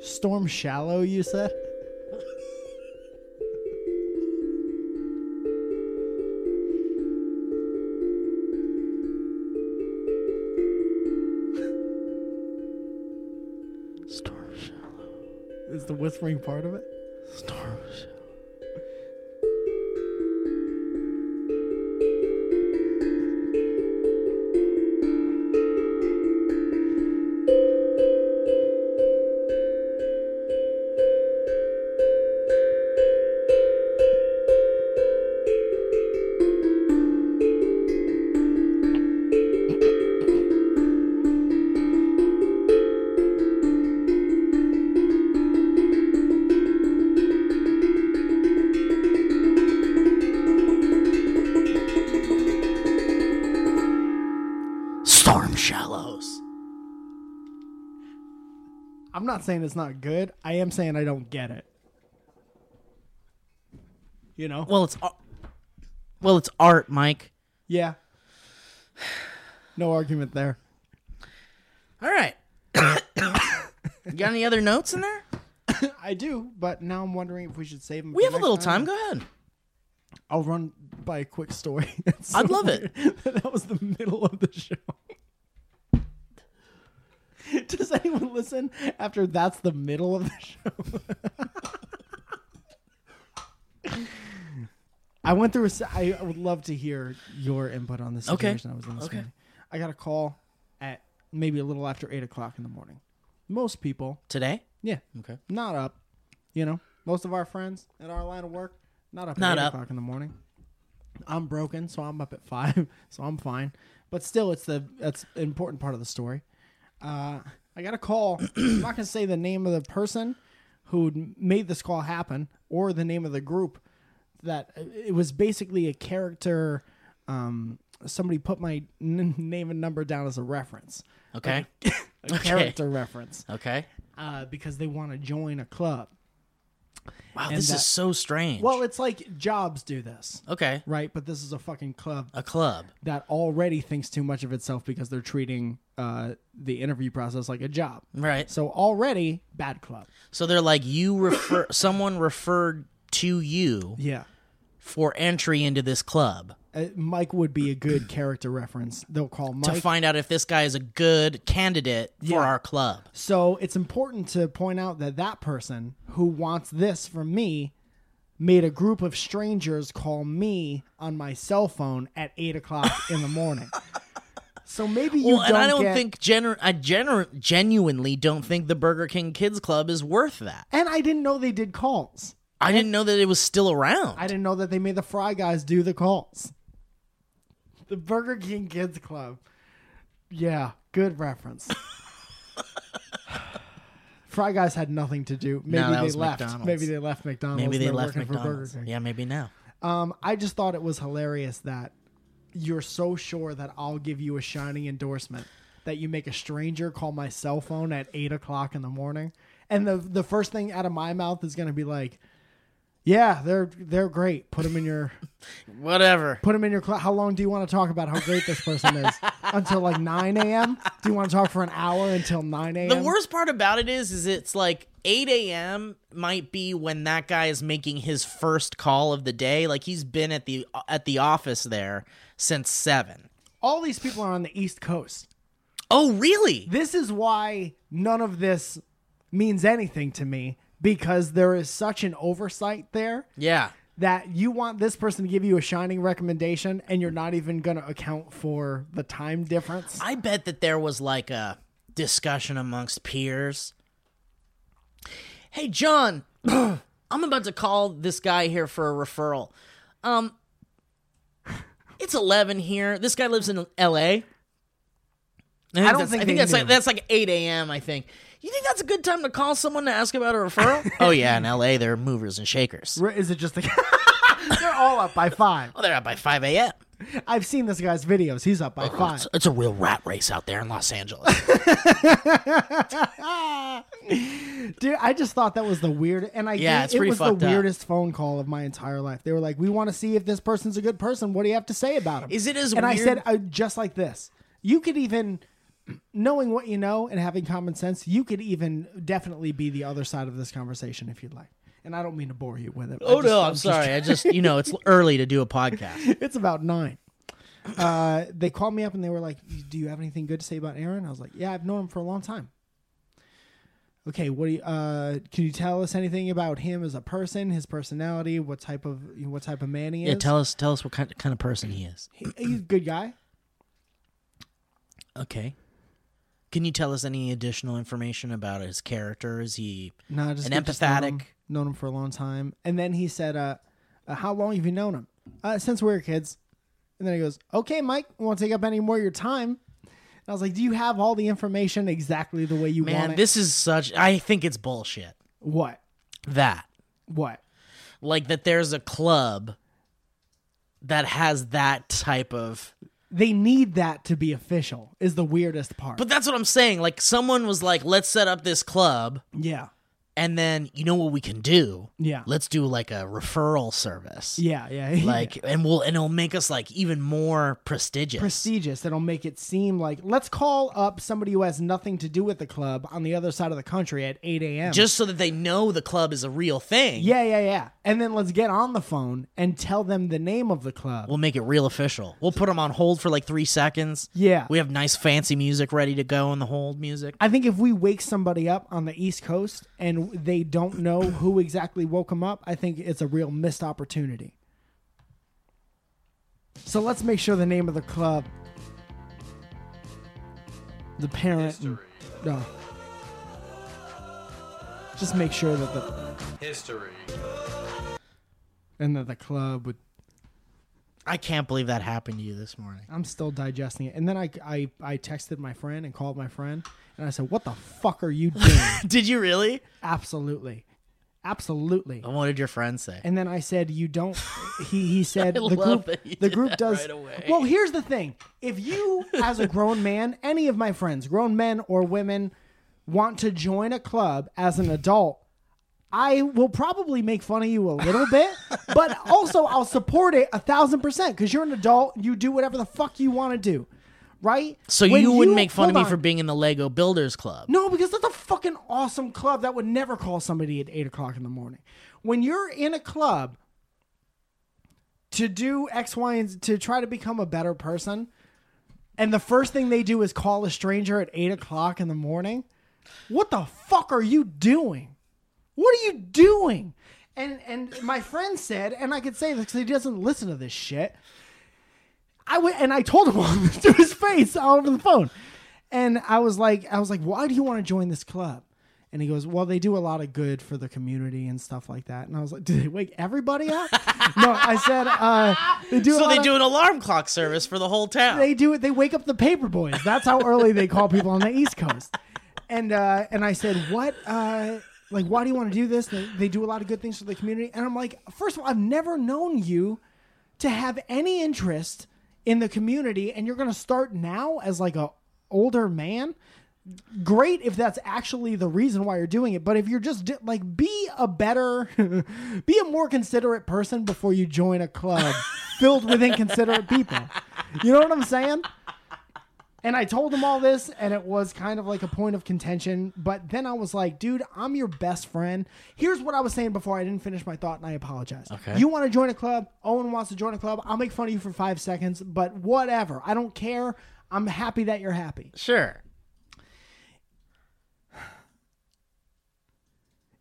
Speaker 2: Storm shallow, you said?
Speaker 3: Storm Shallow.
Speaker 2: Is the whispering part of it?
Speaker 3: Storm Shallow. Storm Shallows.
Speaker 2: I'm not saying it's not good. I am saying I don't get it. You know?
Speaker 3: Well, it's ar- well, it's art, Mike.
Speaker 2: Yeah. No argument there.
Speaker 3: All right. you got any other notes in there?
Speaker 2: I do, but now I'm wondering if we should save them.
Speaker 3: We have a little time. Go ahead.
Speaker 2: I'll run by a quick story. It's
Speaker 3: I'd love it.
Speaker 2: weird that that was the middle of the show. Does anyone listen after that's the middle of the show? I went through. A, se- I would love to hear your input on this
Speaker 3: Okay.
Speaker 2: situation I was in this
Speaker 3: Okay.
Speaker 2: morning. I got a call at maybe a little after eight o'clock in the morning. Most people,
Speaker 3: Today?
Speaker 2: yeah,
Speaker 3: Okay.
Speaker 2: not up. You know, most of our friends at our line of work, not up
Speaker 3: Not
Speaker 2: at 8
Speaker 3: up.
Speaker 2: o'clock in the morning. I'm broken, so I'm up at five, so I'm fine. But still, it's the that's an important part of the story. Uh, I got a call. I'm not gonna say the name of the person who made this call happen or the name of the group that uh, it was basically a character um, somebody put my n- name and number down as a reference
Speaker 3: Okay.
Speaker 2: a character reference
Speaker 3: Okay.
Speaker 2: uh, because they want to join a club
Speaker 3: Wow,
Speaker 2: And
Speaker 3: this is
Speaker 2: that-
Speaker 3: so strange.
Speaker 2: well it's like jobs do this
Speaker 3: okay.
Speaker 2: right but this is a fucking club
Speaker 3: A club.
Speaker 2: that already thinks too much of itself because they're treating uh, the interview process like a job
Speaker 3: Right.
Speaker 2: so already bad club
Speaker 3: So they're like you refer someone referred to you
Speaker 2: yeah
Speaker 3: for entry into this club
Speaker 2: uh, Mike would be a good character reference. They'll call
Speaker 3: to
Speaker 2: Mike.
Speaker 3: find out if this guy is a good candidate for
Speaker 2: Yeah.
Speaker 3: our club.
Speaker 2: so it's important to point out that that person who wants this from me made a group of strangers call me on my cell phone at eight o'clock in the morning. So maybe you
Speaker 3: Well,
Speaker 2: don't,
Speaker 3: and I don't
Speaker 2: get-
Speaker 3: think genu- I genu- genuinely don't think the Burger King Kids Club is worth that.
Speaker 2: And I didn't know they did calls.
Speaker 3: I didn't know that it was still around.
Speaker 2: I didn't know that they made the Fry Guys do the calls. The Burger King Kids Club. Yeah, good reference. Fry Guys had nothing to do. Maybe
Speaker 3: that
Speaker 2: they
Speaker 3: was
Speaker 2: left.
Speaker 3: McDonald's.
Speaker 2: Maybe they left McDonald's.
Speaker 3: maybe
Speaker 2: and
Speaker 3: they
Speaker 2: they're
Speaker 3: left
Speaker 2: working for Burger
Speaker 3: McDonald's.
Speaker 2: King.
Speaker 3: Yeah, maybe now.
Speaker 2: Um, I just thought it was hilarious that you're so sure that I'll give you a shining endorsement that you make a stranger call my cell phone at eight o'clock in the morning, and the the first thing out of my mouth is going to be like, "Yeah, they're they're great. Put them in your
Speaker 3: Whatever.
Speaker 2: put them in your class. How long do you want to talk about how great this person is until like nine a.m.? Do you want to talk for an hour until nine a.m.?
Speaker 3: The worst part about it is, is it's like 8 a.m. might be when that guy is making his first call of the day. Like he's been at the at the office there since seven.
Speaker 2: All these people are on the East Coast.
Speaker 3: Oh, really?
Speaker 2: this is why none of this means anything to me because there is such an oversight there
Speaker 3: Yeah.
Speaker 2: that you want this person to give you a shining recommendation and you're not even going to account for the time difference.
Speaker 3: I bet that there was like a discussion amongst peers. Hey, John, I'm about to call this guy here for a referral. Um, it's 11 here. This guy lives in L.A.
Speaker 2: I don't
Speaker 3: that's-
Speaker 2: think
Speaker 3: I think
Speaker 2: they
Speaker 3: that's like
Speaker 2: knew.
Speaker 3: that's like 8 a.m. I think. You think that's a good time to call someone to ask about a referral? oh yeah, in L.A. they're movers and shakers.
Speaker 2: Where is it just like they're all up by five?
Speaker 3: Well, they're out by 5 a.m.
Speaker 2: I've seen this guy's videos. He's up by five.
Speaker 3: It's, it's a real rat race out there in Los Angeles.
Speaker 2: Dude, I just thought that was the weird, and I
Speaker 3: Yeah,
Speaker 2: think
Speaker 3: it's
Speaker 2: it
Speaker 3: pretty
Speaker 2: was the
Speaker 3: fucked up.
Speaker 2: weirdest phone call of my entire life. They were like, "We want to see if this person's a good person. What do you have to say about him?"
Speaker 3: Is it as
Speaker 2: and I
Speaker 3: weird-
Speaker 2: said uh, just like this. You could even, knowing what you know and having common sense, you could even definitely be the other side of this conversation if you'd like. And I don't mean to bore you with it. I
Speaker 3: Oh
Speaker 2: just-
Speaker 3: no, I'm,
Speaker 2: just
Speaker 3: sorry. I just you know it's early to do a podcast.
Speaker 2: it's about nine. Uh, they called me up and they were like, "Do you have anything good to say about Aaron?" I was like, "Yeah, I've known him for a long time." Okay, what do you, uh, can you tell us anything about him as a person, his personality, what type of what type of man he is?
Speaker 3: Yeah, tell us tell us what kind kind of person he is.
Speaker 2: He- he's a good guy.
Speaker 3: Okay. Can you tell us any additional information about his character? Is he
Speaker 2: No, just
Speaker 3: an
Speaker 2: good, just known
Speaker 3: empathetic?
Speaker 2: him- known him for a long time. And then he said, uh, uh, "How long have you known him?" Uh, since we were kids. And then he goes, "Okay, Mike, won't take up any more of your time." And I was like, "Do you have all the information exactly the way you want
Speaker 3: Man,
Speaker 2: it?"
Speaker 3: this is such. I think it's bullshit.
Speaker 2: what?
Speaker 3: That
Speaker 2: What?
Speaker 3: like that there's a club that has that type of.
Speaker 2: they need that to be official is the weirdest part.
Speaker 3: But that's what I'm saying. Like someone was like, let's set up this club,
Speaker 2: yeah.
Speaker 3: and then you know what we can do?
Speaker 2: Yeah.
Speaker 3: Let's do like a referral service.
Speaker 2: Yeah, yeah. yeah.
Speaker 3: like and we'll and it'll make us like even more prestigious
Speaker 2: prestigious. It'll make it seem like let's call up somebody who has nothing to do with the club on the other side of the country at eight AM.
Speaker 3: just so that they know the club is a real thing
Speaker 2: Yeah, yeah, yeah. And then let's get on the phone and tell them the name of the club.
Speaker 3: we'll make it real official we'll put them on hold for like three seconds
Speaker 2: Yeah.
Speaker 3: we have nice fancy music ready to go on the hold music
Speaker 2: I think if we wake somebody up on the East Coast and they don't know who exactly woke them up, I think it's a real missed opportunity. So let's make sure the name of the club, the parent, no. Just make sure that the
Speaker 4: History.
Speaker 2: and that the club would.
Speaker 3: i can't believe that happened to you this morning
Speaker 2: I'm still digesting it, and then I, I I texted my friend and called my friend, and I said, "What the fuck are you doing?"
Speaker 3: did you really
Speaker 2: Absolutely. absolutely.
Speaker 3: And what did your friend say?
Speaker 2: And then I said, "You don't." He he said, "The
Speaker 3: I
Speaker 2: group,
Speaker 3: love that you
Speaker 2: the
Speaker 3: did
Speaker 2: group
Speaker 3: that
Speaker 2: does."
Speaker 3: right away.
Speaker 2: Well, here's the thing: if you, as a grown man, any of my friends, grown men or women, want to join a club as an adult, I will probably make fun of you a little bit, but also I'll support it a thousand percent because you're an adult. You do whatever the fuck you want to do, right?
Speaker 3: So
Speaker 2: When
Speaker 3: you wouldn't make fun of me
Speaker 2: hold
Speaker 3: for
Speaker 2: on.
Speaker 3: being in the Lego Builders Club.
Speaker 2: No, because that's a fucking awesome club that would never call somebody at eight o'clock in the morning. When you're in a club to do X, Y, and Z- to try to become a better person, and the first thing they do is call a stranger at eight o'clock in the morning. What the fuck are you doing? What are you doing? And and my friend said, and I could say this because he doesn't listen to this shit. I went and I told him on to his face all over the phone, and I was like, I was like, why do you want to join this club? And he goes, well, they do a lot of good for the community and stuff like that. And I was like, do they wake everybody up? no, I said, uh, they do. a
Speaker 3: So
Speaker 2: lot
Speaker 3: they
Speaker 2: of-
Speaker 3: do an alarm clock service for the whole town.
Speaker 2: they do it. They wake up the paper boys. That's how early they call people on the East Coast. And uh, and I said, what? Uh, like, why do you want to do this? They, they do a lot of good things for the community. And I'm like, first of all, I've never known you to have any interest in the community, and you're going to start now as like a older man. Great if that's actually the reason why you're doing it, but if you're just di- like be a better, be a more considerate person before you join a club filled with inconsiderate people. You know what I'm saying? And I told him all this, and it was kind of like a point of contention. But then I was like, dude, I'm your best friend. Here's what I was saying before I didn't finish my thought, and I apologize.
Speaker 3: Okay.
Speaker 2: You want to join a club? Owen wants to join a club. I'll make fun of you for five seconds, but whatever. I don't care. I'm happy that you're happy.
Speaker 3: sure.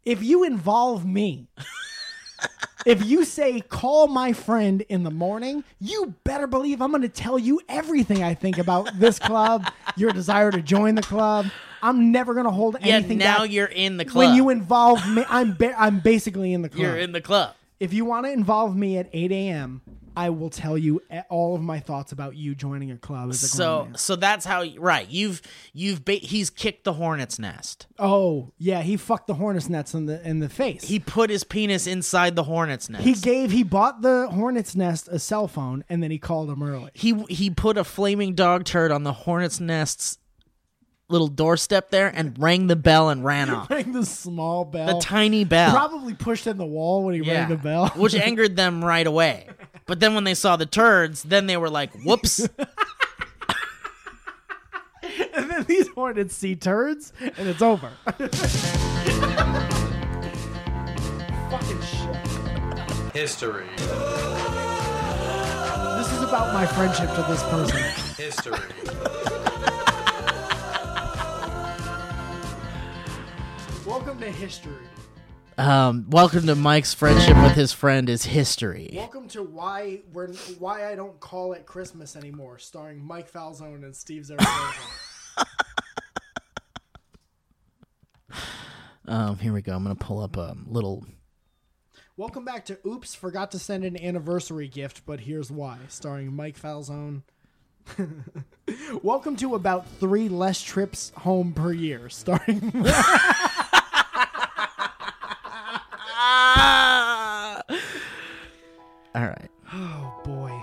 Speaker 2: If you involve me, if you say, call my friend in the morning, you better believe I'm going to tell you everything I think about this club, your desire to join the club. I'm never going to hold
Speaker 3: Yeah,
Speaker 2: anything
Speaker 3: now
Speaker 2: back.
Speaker 3: you're in the club.
Speaker 2: when you involve me, I'm ba- I'm basically in the club.
Speaker 3: you're in the club.
Speaker 2: if you want to involve me at 8 a.m., I will tell you a- all of my thoughts about you joining a club. As a grown
Speaker 3: So
Speaker 2: man.
Speaker 3: so that's how right. You've you've ba- he's kicked the hornet's nest.
Speaker 2: oh yeah, he fucked the hornet's nets in the in the face.
Speaker 3: He put his penis inside the hornet's nest.
Speaker 2: He gave he bought the hornet's nest a cell phone and then he called him early.
Speaker 3: he he put a flaming dog turd on the hornet's nest's little doorstep there and rang the bell and ran off.
Speaker 2: Rang the small
Speaker 3: The
Speaker 2: bell.
Speaker 3: tiny bell.
Speaker 2: Probably pushed in the wall when he
Speaker 3: Yeah.
Speaker 2: rang the bell.
Speaker 3: which angered them right away. But then when they saw the turds, then they were like, "Whoops."
Speaker 2: and then these hornets see turds and it's over. Fucking shit.
Speaker 4: History.
Speaker 2: This is about my friendship to this person.
Speaker 4: History.
Speaker 2: Welcome to history.
Speaker 3: Um, welcome to Mike's friendship with his friend is history.
Speaker 2: Welcome to why we're why I don't call it Christmas anymore, starring Mike Falzone and Steve Zaragoza.
Speaker 3: Um, here we go. I'm gonna pull up a little.
Speaker 2: Welcome back to Oops, forgot to send an anniversary gift, but here's why, starring Mike Falzone. Welcome to about three less trips home per year, starring
Speaker 3: Ah! All right.
Speaker 2: Oh boy.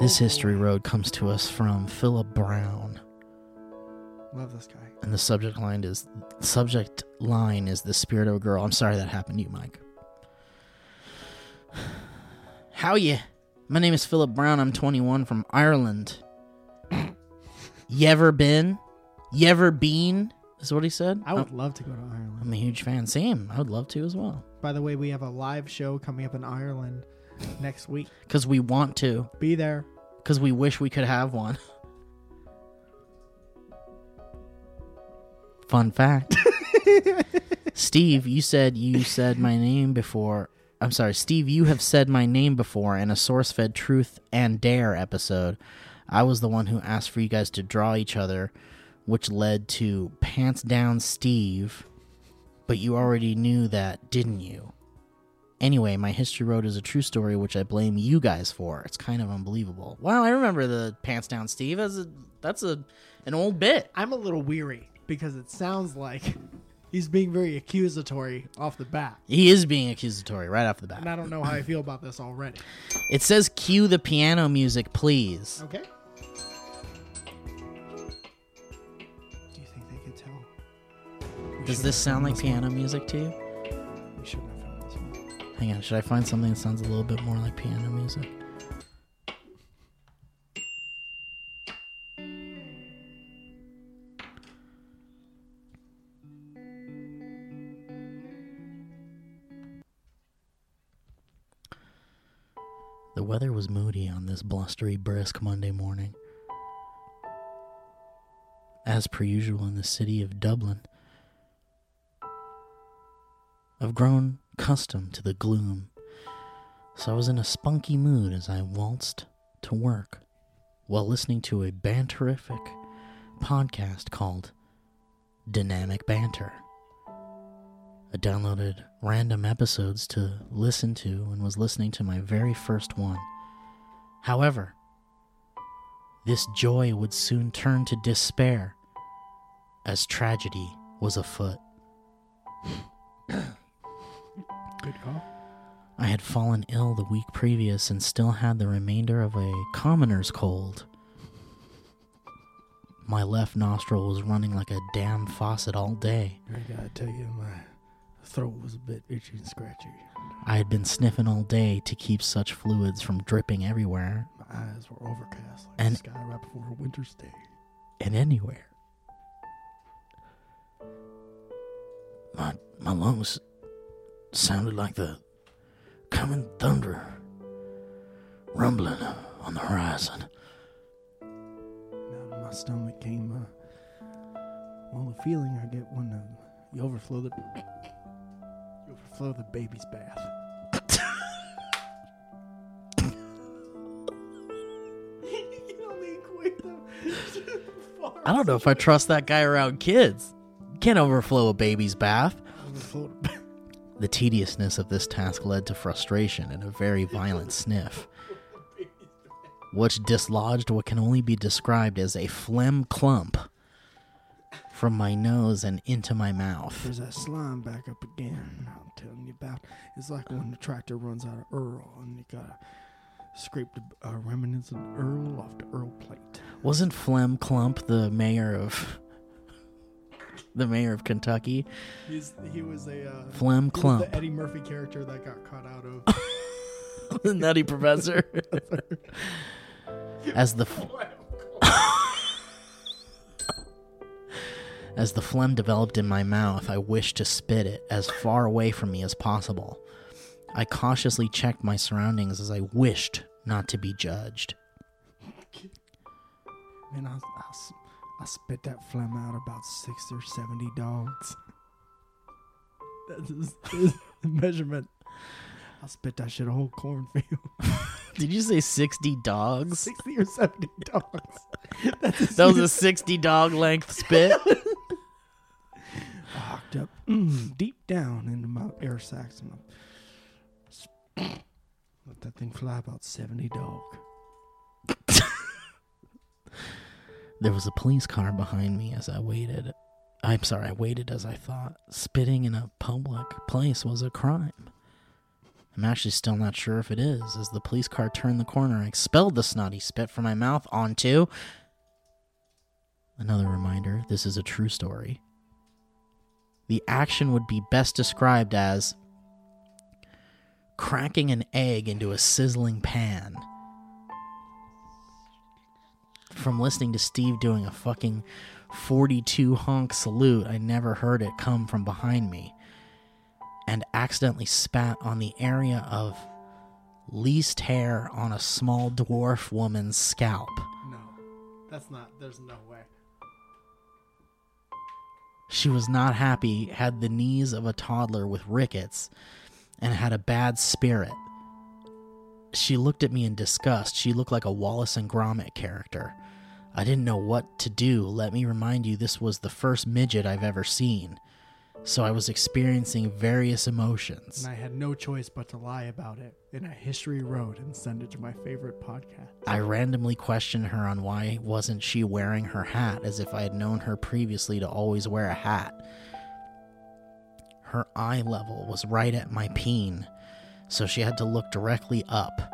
Speaker 3: This history road comes to us from Philip Brown,
Speaker 2: Love this guy.
Speaker 3: and the subject line is subject line is the spirit of a girl. I'm sorry that happened to you, Mike. How ya? My name is Philip Brown. I'm 21 from Ireland. you ever been? You ever been? Is what he said.
Speaker 2: I would love to go to Ireland.
Speaker 3: I'm a huge fan. Same. I would love to as well.
Speaker 2: By the way, we have a live show coming up in Ireland next week.
Speaker 3: Because we want to.
Speaker 2: Be there.
Speaker 3: Because we wish we could have one. Fun fact Steve, you said you said my name before. I'm sorry, Steve, you have said my name before in a Source Fed Truth and Dare episode. I was the one who asked for you guys to draw each other, which led to Pants Down Steve. But you already knew that, didn't you? Anyway, my history road is a true story, which I blame you guys for. It's kind of unbelievable. Wow, I remember the pants down Steve. That's a that's a an old bit.
Speaker 2: I'm a little weary because it sounds like he's being very accusatory off the bat.
Speaker 3: He is being accusatory right off the bat.
Speaker 2: And I don't know how I feel about this already.
Speaker 3: It says cue the piano music, please.
Speaker 2: Okay. Do you think they could tell? We
Speaker 3: Does
Speaker 2: shouldn't
Speaker 3: this
Speaker 2: have
Speaker 3: sound
Speaker 2: filmed
Speaker 3: like piano
Speaker 2: one.
Speaker 3: music to you?
Speaker 2: We shouldn't have filmed this one.
Speaker 3: Hang on, should I find something that sounds a little bit more like piano music? The weather was moody on this blustery, brisk Monday morning. As per usual in the city of Dublin, I've grown accustomed to the gloom, so I was in a spunky mood as I waltzed to work while listening to a banterific podcast called Dynamic Banter. I downloaded random episodes to listen to and was listening to my very first one. However, this joy would soon turn to despair as tragedy was afoot.
Speaker 2: Good call.
Speaker 3: I had fallen ill the week previous and still had the remainder of a commoner's cold. My left nostril was running like a damn faucet all day.
Speaker 2: I gotta tell you, my throat was a bit itchy and scratchy.
Speaker 3: I had been sniffing all day to keep such fluids from dripping everywhere
Speaker 2: My eyes were overcast like
Speaker 3: And-
Speaker 2: the sky right before a winter's day.
Speaker 3: and anywhere. My, my lungs sounded like the coming thunder rumbling on the horizon.
Speaker 2: And out of my stomach came, uh, well, the feeling I get when uh, you overflow the you overflow the baby's bath. you don't need quick though.
Speaker 3: I don't know if I trust that guy around kids. Can't overflow a baby's bath.
Speaker 2: Overflow
Speaker 3: The tediousness of this task led to frustration and a very violent sniff, which dislodged what can only be described as a phlegm clump from my nose and into my mouth.
Speaker 2: There's that slime back up again. I'm telling you about. It's like when the tractor runs out of Earl, and you gotta scrape the uh, remnants of Earl off the Earl plate.
Speaker 3: Wasn't Phlegm Clump the mayor of the mayor of Kentucky?
Speaker 2: He's he was a uh,
Speaker 3: Phlegm
Speaker 2: he was
Speaker 3: Clump,
Speaker 2: the Eddie Murphy character that got caught out of.
Speaker 3: the nutty professor. As the f- As the phlegm developed in my mouth, I wished to spit it as far away from me as possible. I cautiously checked my surroundings as I wished not to be judged.
Speaker 2: Man, I, I s- I spit that phlegm out about six or seventy dogs. That's his, his measurement. I spit that shit a whole cornfield.
Speaker 3: Did you say 60 dogs?
Speaker 2: Sixty or seventy dogs.
Speaker 3: That was a 60 dog length spit.
Speaker 2: locked up mm, deep down into my air sacs and I s- let that thing fly about 70 dog.
Speaker 3: There was a police car behind me as I waited. I'm sorry, I waited as I thought. Spitting in a public place was a crime. I'm actually still not sure if it is. As the police car turned the corner, I expelled the snotty spit from my mouth onto. Another reminder this is a true story. The action would be best described as cracking an egg into a sizzling pan from listening to Steve doing a fucking 42 honk salute. I never heard it come from behind me and accidentally spat on the area of least hair on a small dwarf woman's scalp.
Speaker 2: No, that's not, there's no way.
Speaker 3: She was not happy, had the knees of a toddler with rickets, and had a bad spirit. She looked at me in disgust. She looked like a Wallace and Gromit character. I didn't know what to do. Let me remind you, this was the first midget I've ever seen. So I was experiencing various emotions.
Speaker 2: And I had no choice but to lie about it in a history road and send it to my favorite podcast.
Speaker 3: I randomly questioned her on why wasn't she wearing her hat as if I had known her previously to always wear a hat. her eye level was right at my peen, so she had to look directly up.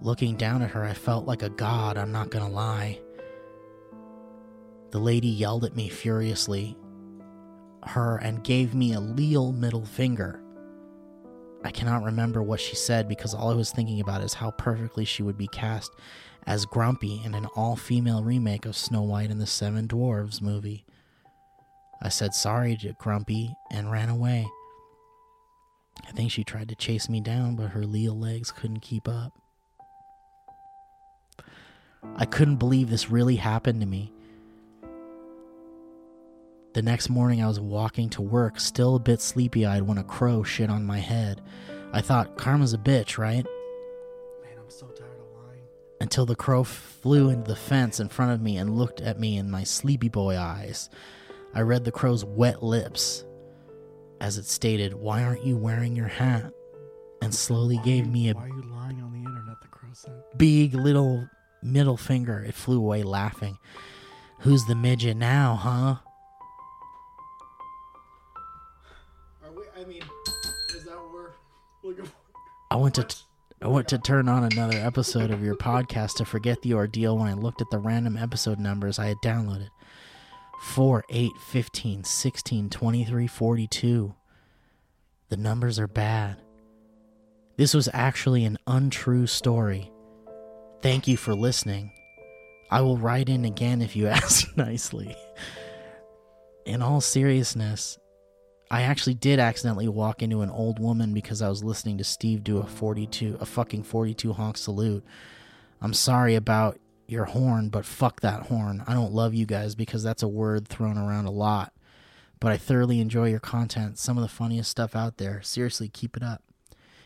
Speaker 3: Looking down at her, I felt like a god, I'm not gonna lie. The lady yelled at me furiously, her, and gave me a leal middle finger. I cannot remember what she said because all I was thinking about is how perfectly she would be cast as Grumpy in an all female remake of Snow White and the Seven Dwarves movie. I said sorry to Grumpy and ran away. I think she tried to chase me down, but her leal legs couldn't keep up. I couldn't believe this really happened to me. The next morning, I was walking to work, still a bit sleepy eyed, when a crow shit on my head. I thought, karma's a bitch, right?
Speaker 2: Man, I'm so tired of lying.
Speaker 3: until the crow flew into the fence in front of me and looked at me in my sleepy boy eyes. I read the crow's wet lips as it stated, Why aren't you wearing your hat? and slowly gave me a
Speaker 2: Why are you lying on the internet? The crow said.
Speaker 3: big little middle finger. It flew away laughing. Who's the midget now, huh?
Speaker 2: Are we? I mean, is that what we're looking for?
Speaker 3: I went to. T- I went to turn on another episode of your podcast to forget the ordeal when I looked at the random episode numbers I had downloaded 4, 8, 15, 16, 23, 42. The numbers are bad. This was actually an untrue story. Thank you for listening. I will write in again if you ask nicely. In all seriousness, I actually did accidentally walk into an old woman because I was listening to Steve do a 42 a fucking 42 honk salute. I'm sorry about your horn, but fuck that horn. I don't love you guys because that's a word thrown around a lot. But I thoroughly enjoy your content. Some of the funniest stuff out there. Seriously, keep it up.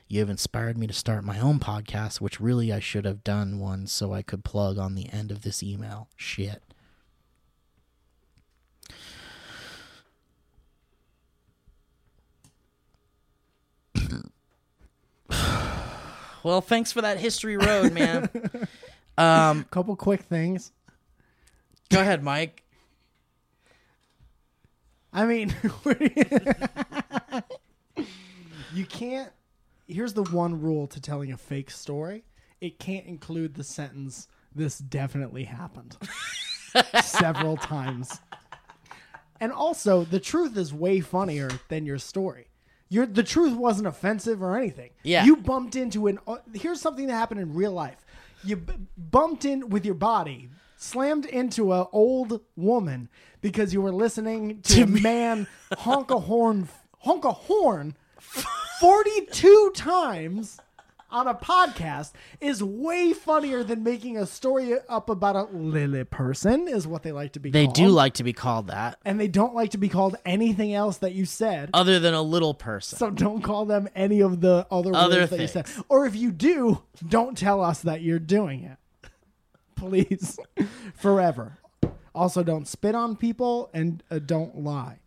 Speaker 3: You have inspired me to start my own podcast, which really I should have done one so I could plug on the end of this email. Shit. Well, thanks for that history road, man. um,
Speaker 2: Couple quick things.
Speaker 3: go ahead, Mike.
Speaker 2: I mean, where do you- you can't. Here's the one rule to telling a fake story: it can't include the sentence "This definitely happened" several times. And also, the truth is way funnier than your story. Your the truth wasn't offensive or anything.
Speaker 3: Yeah.
Speaker 2: you bumped into an. uh, here's something that happened in real life. You b- bumped in with your body, slammed into an old woman because you were listening to, a man honk a horn, honk a horn, forty-two times on a podcast is way funnier than making a story up about a lily person is what they like to be
Speaker 3: They
Speaker 2: called
Speaker 3: do like to be called that,
Speaker 2: and they don't like to be called anything else that you said.
Speaker 3: other than a little person.
Speaker 2: so don't call them any of the other,
Speaker 3: Other
Speaker 2: words that you said. Or if you do, don't tell us that you're doing it. Please. Forever. Also, don't spit on people and uh, don't lie.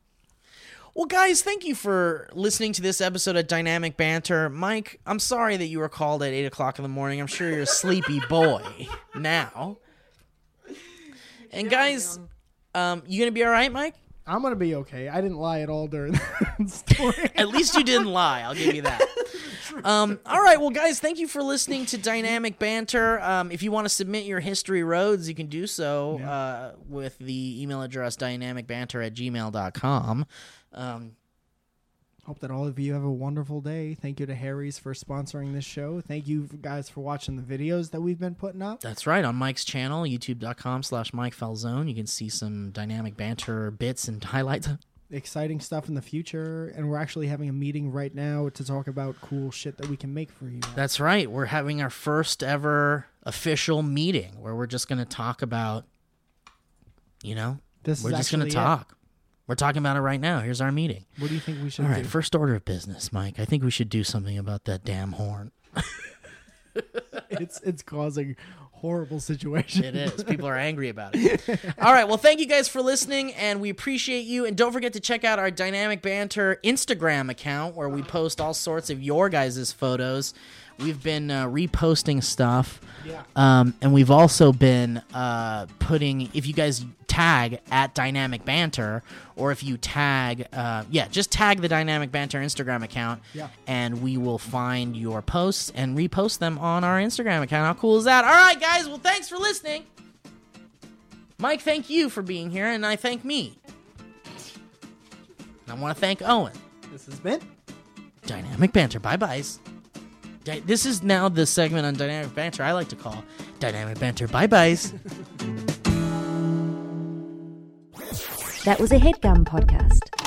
Speaker 3: Well, guys, thank you for listening to this episode of Dynamic Banter. Mike, I'm sorry that you were called at 8 o'clock in the morning. I'm sure you're a sleepy boy now. And, guys, um, you going to be all right, Mike?
Speaker 2: I'm going to be okay. I didn't lie at all during the story.
Speaker 3: At least you didn't lie. I'll give you that. Um, all right, well, guys, thank you for listening to Dynamic Banter. Um, if you want to submit your history roads, you can do so uh, with the email address dynamicbanter at gmail.com. Um,
Speaker 2: Hope that all of you have a wonderful day. Thank you to Harry's for sponsoring this show. Thank you guys for watching the videos that we've been putting up.
Speaker 3: that's right, on Mike's channel, youtube.com slash Mike Falzone, you can see some Dynamic Banter bits and highlights.
Speaker 2: exciting stuff in the future and we're actually having a meeting right now to talk about cool shit that we can make for you
Speaker 3: That's right, we're having our first ever official meeting where we're just going to talk about, you know,
Speaker 2: This
Speaker 3: we're
Speaker 2: is
Speaker 3: just going to
Speaker 2: actually it.
Speaker 3: talk. We're talking about it right now. Here's our meeting.
Speaker 2: what do you think we should
Speaker 3: All right,
Speaker 2: do
Speaker 3: first order of business, Mike. I think we should do something about that damn horn.
Speaker 2: it's it's causing horrible situation
Speaker 3: It is. People are angry about it. All right, well, thank you guys for listening, and we appreciate you. And don't forget to check out our Dynamic Banter Instagram account where we post all sorts of your guys' photos. We've been uh, reposting stuff.
Speaker 2: Yeah.
Speaker 3: Um, and we've also been uh, putting, if you guys tag at Dynamic Banter, or if you tag, uh, yeah, just tag the Dynamic Banter Instagram account,
Speaker 2: Yeah.
Speaker 3: and we will find your posts and repost them on our Instagram account. How cool is that? All right, guys. Well, thanks for listening. Mike, thank you for being here, and I thank me. And I want to thank Owen.
Speaker 2: This has been
Speaker 3: Dynamic banter. Bye byes. Di- this is now the segment on dynamic banter I like to call dynamic banter. Bye byes.
Speaker 1: That was a headgum podcast.